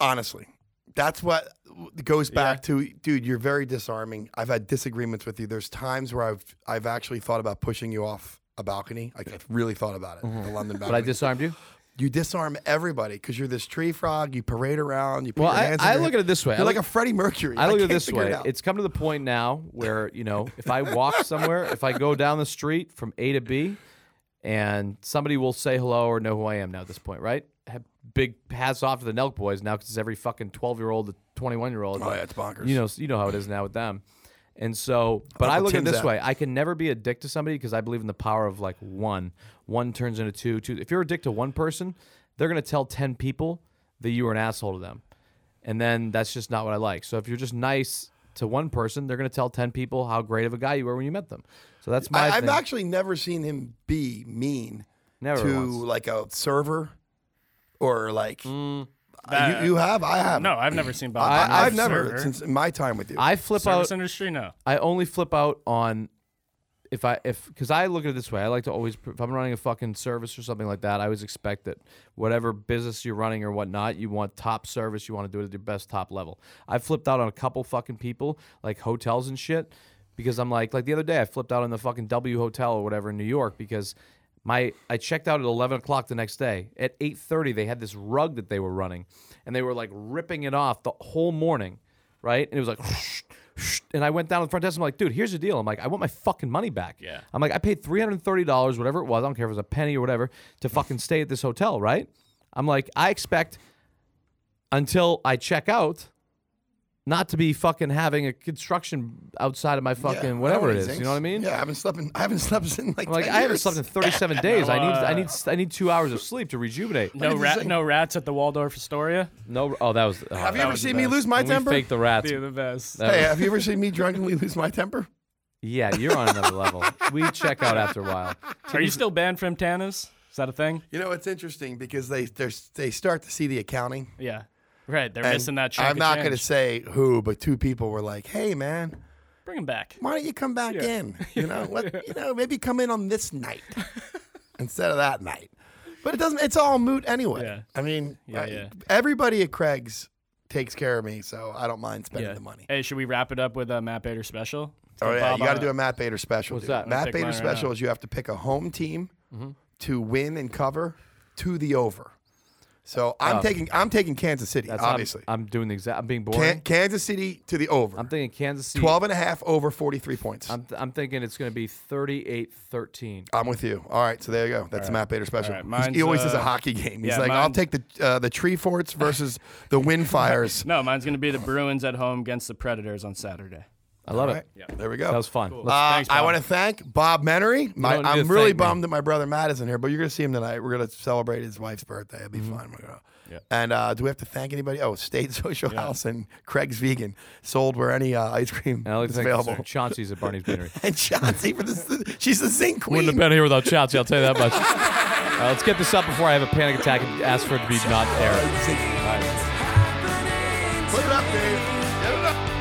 Speaker 4: Honestly, that's what goes back to, dude. You're very disarming. I've had disagreements with you. There's times where I've I've actually thought about pushing you off a balcony. Like I've really thought about it. The London balcony.
Speaker 5: Mm-hmm. But I disarmed you.
Speaker 4: you disarm everybody because you're this tree frog. You parade around. You put
Speaker 5: Well,
Speaker 4: your
Speaker 5: I-
Speaker 4: hands
Speaker 5: I
Speaker 4: in your-
Speaker 5: look at it this way.
Speaker 4: You're
Speaker 5: I
Speaker 4: like
Speaker 5: look-
Speaker 4: a Freddie Mercury.
Speaker 5: I look at it
Speaker 4: can't
Speaker 5: this
Speaker 4: figure
Speaker 5: way.
Speaker 4: out.
Speaker 5: it's come to the point now where, you know, if I walk somewhere, if I go down the street from A to B and somebody will say hello or know who I am now at this point, right? Have big hats off to the Nelk boys now because it's every fucking 12 year old to 21 year old.
Speaker 4: Oh, yeah, it's bonkers.
Speaker 5: You know, you know how it is now with them. And so,
Speaker 4: Uncle
Speaker 5: but I look at it
Speaker 4: Tim's
Speaker 5: this
Speaker 4: out.
Speaker 5: way I can never be a dick to somebody because I believe in the power of like one. One turns into two, two. If you're a dick to one person, they're going to tell 10 people that you were an asshole to them and then that's just not what I like. So if you're just nice to one person, they're gonna tell ten people how great of a guy you were when you met them. So that's my.
Speaker 4: I, I've
Speaker 5: thing.
Speaker 4: actually never seen him be mean
Speaker 5: Never
Speaker 4: to
Speaker 5: once.
Speaker 4: like a server or like
Speaker 5: Mm,
Speaker 6: That-
Speaker 4: you, you have. I have.
Speaker 6: No, I've never seen Bob. on
Speaker 4: I,
Speaker 6: a
Speaker 4: I've never
Speaker 6: server.
Speaker 4: since my time with you.
Speaker 5: I flip
Speaker 6: service
Speaker 5: out.
Speaker 6: industry. No,
Speaker 5: I only flip out on if I if because I look at it this way. I like to always if I'm running a fucking service or something like that, I always expect that whatever business you're running or whatnot, you want top service. You want to do it at your best top level. I flipped out on a couple fucking people like hotels and shit because I'm like like the other day I flipped out on the fucking W Hotel or whatever in New York because. My I checked out at eleven o'clock the next day. At eight thirty, they had this rug that they were running, and they were like ripping it off the whole morning, right? And it was like, Shh. And I went down to the front desk. I'm like, dude, here's the deal. I'm like, I want my fucking money back.
Speaker 6: Yeah.
Speaker 5: I'm like, I paid $330, whatever it was. I don't care if it was a penny or whatever, to fucking stay at this hotel, right? I'm like, I expect until I check out not to be fucking having a construction outside of my
Speaker 4: Yeah,
Speaker 5: fucking
Speaker 4: that
Speaker 5: whatever it
Speaker 4: already
Speaker 5: is.
Speaker 4: stinks.
Speaker 5: You know what I mean?
Speaker 4: Yeah, I haven't slept in. I haven't slept in like.
Speaker 5: I'm like
Speaker 4: 10
Speaker 5: I haven't
Speaker 4: years. uh,
Speaker 5: slept in 37 days. I need I need I need two hours of sleep to rejuvenate.
Speaker 6: No
Speaker 4: did you
Speaker 6: rat,
Speaker 4: say?
Speaker 6: no rats at the Waldorf Astoria.
Speaker 5: No, oh that was. oh,
Speaker 4: Have you
Speaker 5: that
Speaker 4: ever
Speaker 5: was
Speaker 4: seen me
Speaker 5: the best.
Speaker 4: lose my
Speaker 5: When we
Speaker 4: temper?
Speaker 5: Fake the rats.
Speaker 6: Dude, the best.
Speaker 5: That
Speaker 4: Hey,
Speaker 5: was-
Speaker 4: have you ever seen me drunkenly lose my temper?
Speaker 5: yeah, you're on another level. We check out after a while.
Speaker 6: Are you still banned from Tanas? Is that a thing?
Speaker 4: You know, it's interesting because they they're- they start to see the accounting.
Speaker 6: Yeah. Right. They're
Speaker 4: and
Speaker 6: missing that. chunk
Speaker 4: I'm
Speaker 6: of
Speaker 4: not
Speaker 6: change.
Speaker 4: going to say who, but two people were like, "Hey, man,
Speaker 6: bring him back.
Speaker 4: why don't you come back in? You know, let, you know, maybe come in on this night instead of that night." But it doesn't. It's all moot anyway.
Speaker 6: Yeah.
Speaker 4: I mean,
Speaker 6: Yeah,
Speaker 4: I-
Speaker 6: yeah.
Speaker 4: everybody at Craig's takes care of me, so I don't mind spending the money.
Speaker 6: Hey, should we wrap it up with a Matt Bader special?
Speaker 4: Oh yeah,
Speaker 6: Bob
Speaker 4: you got to
Speaker 6: on
Speaker 4: do a Matt Bader special.
Speaker 5: What's
Speaker 4: dude.
Speaker 5: that?
Speaker 4: Matt
Speaker 6: Pick
Speaker 4: Bader
Speaker 6: mine right
Speaker 4: special
Speaker 6: now.
Speaker 4: is you have to pick a home team to win and cover to the over. So I'm taking I'm taking Kansas City,
Speaker 5: That's- I'm-
Speaker 4: obviously.
Speaker 5: I'm, doing the exact. I'm being
Speaker 4: Can,
Speaker 5: boring.
Speaker 4: Kansas City to the over.
Speaker 5: I'm thinking Kansas City.
Speaker 4: 12 and a half over 43 points. I'm,
Speaker 5: I'm, I'm thinking it's going to be 38-13.
Speaker 4: with you. All right, so there you go. That's the Matt Bader special.
Speaker 6: right,
Speaker 4: He's- he
Speaker 6: mine's,
Speaker 4: always does a
Speaker 6: uh,
Speaker 4: hockey game. He's
Speaker 6: yeah,
Speaker 4: like, I'll
Speaker 6: mine-
Speaker 4: take the uh, the tree forts versus the wind fires.
Speaker 6: No, mine's gonna be the Bruins at home against the Predators on Saturday.
Speaker 5: I love
Speaker 4: All
Speaker 5: it.
Speaker 4: right, there we go.
Speaker 5: That was fun. Let's-
Speaker 4: Uh,
Speaker 6: Thanks,
Speaker 4: I
Speaker 6: Bob.
Speaker 4: want to thank Bob Menery. My,
Speaker 5: don't need
Speaker 4: I'm
Speaker 5: to
Speaker 4: really
Speaker 5: thank me.
Speaker 4: bummed that my brother Matt isn't here, but you're going to see him tonight. We're going to celebrate his wife's birthday. It'll be
Speaker 5: Mm-hmm.
Speaker 4: fun. We're gonna, And uh, do we have to thank anybody? Oh, State Social House and Craig's Vegan sold where any uh, ice cream
Speaker 5: and I like
Speaker 4: is
Speaker 5: to thank
Speaker 4: available.
Speaker 5: Chauncey's at Barney's Beanery.
Speaker 4: And Chauncey for this, she's the zinc queen.
Speaker 5: Wouldn't have been here without Chauncey. I'll tell you that much. All right, let's get this up before I have a panic attack and ask for it to be not aired.
Speaker 4: Zinc. Put it up, Dave. Get it up.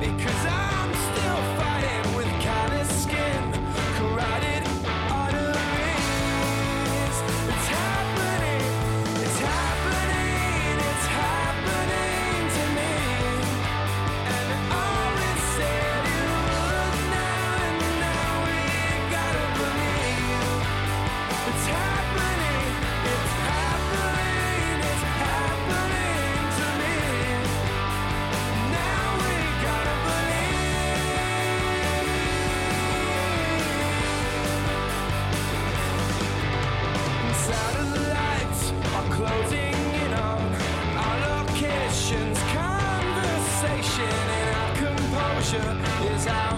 Speaker 3: Because I'm still fighting with callous skin, carotid arteries. It's happening, it's happening, it's happening to me. And it always said it would now, and now we gotta believe. It's happening, it's happening, it's happening to me. Now we gotta believe. Inside of the lights are closing in on our locations, conversation and our composure is our